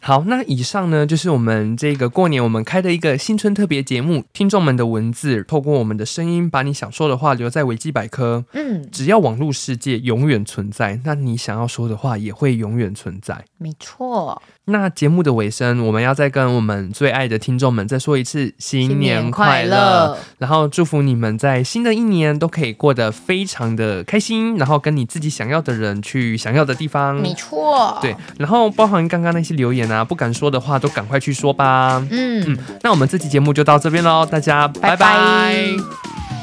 好，那以上呢就是我们这个过年我们开的一个新春特别节目，听众们的文字透过我们的声音，把你想说的话留在维基百科。
嗯，
只要网络世界永远存在，那你想要说的话也会永远存在。
没错，
那节目的尾声，我们要再跟我们最爱的听众们再说一次新年快乐，，然后祝福你们在新的一年都可以过得非常的开心，然后跟你自己想要的人去想要的地方。
没错，
嗯对，，然后包含刚刚那些留言啊，不敢说的话都赶快去说吧。
嗯。
那我们这期节目就到这边喽，大家拜
拜拜
拜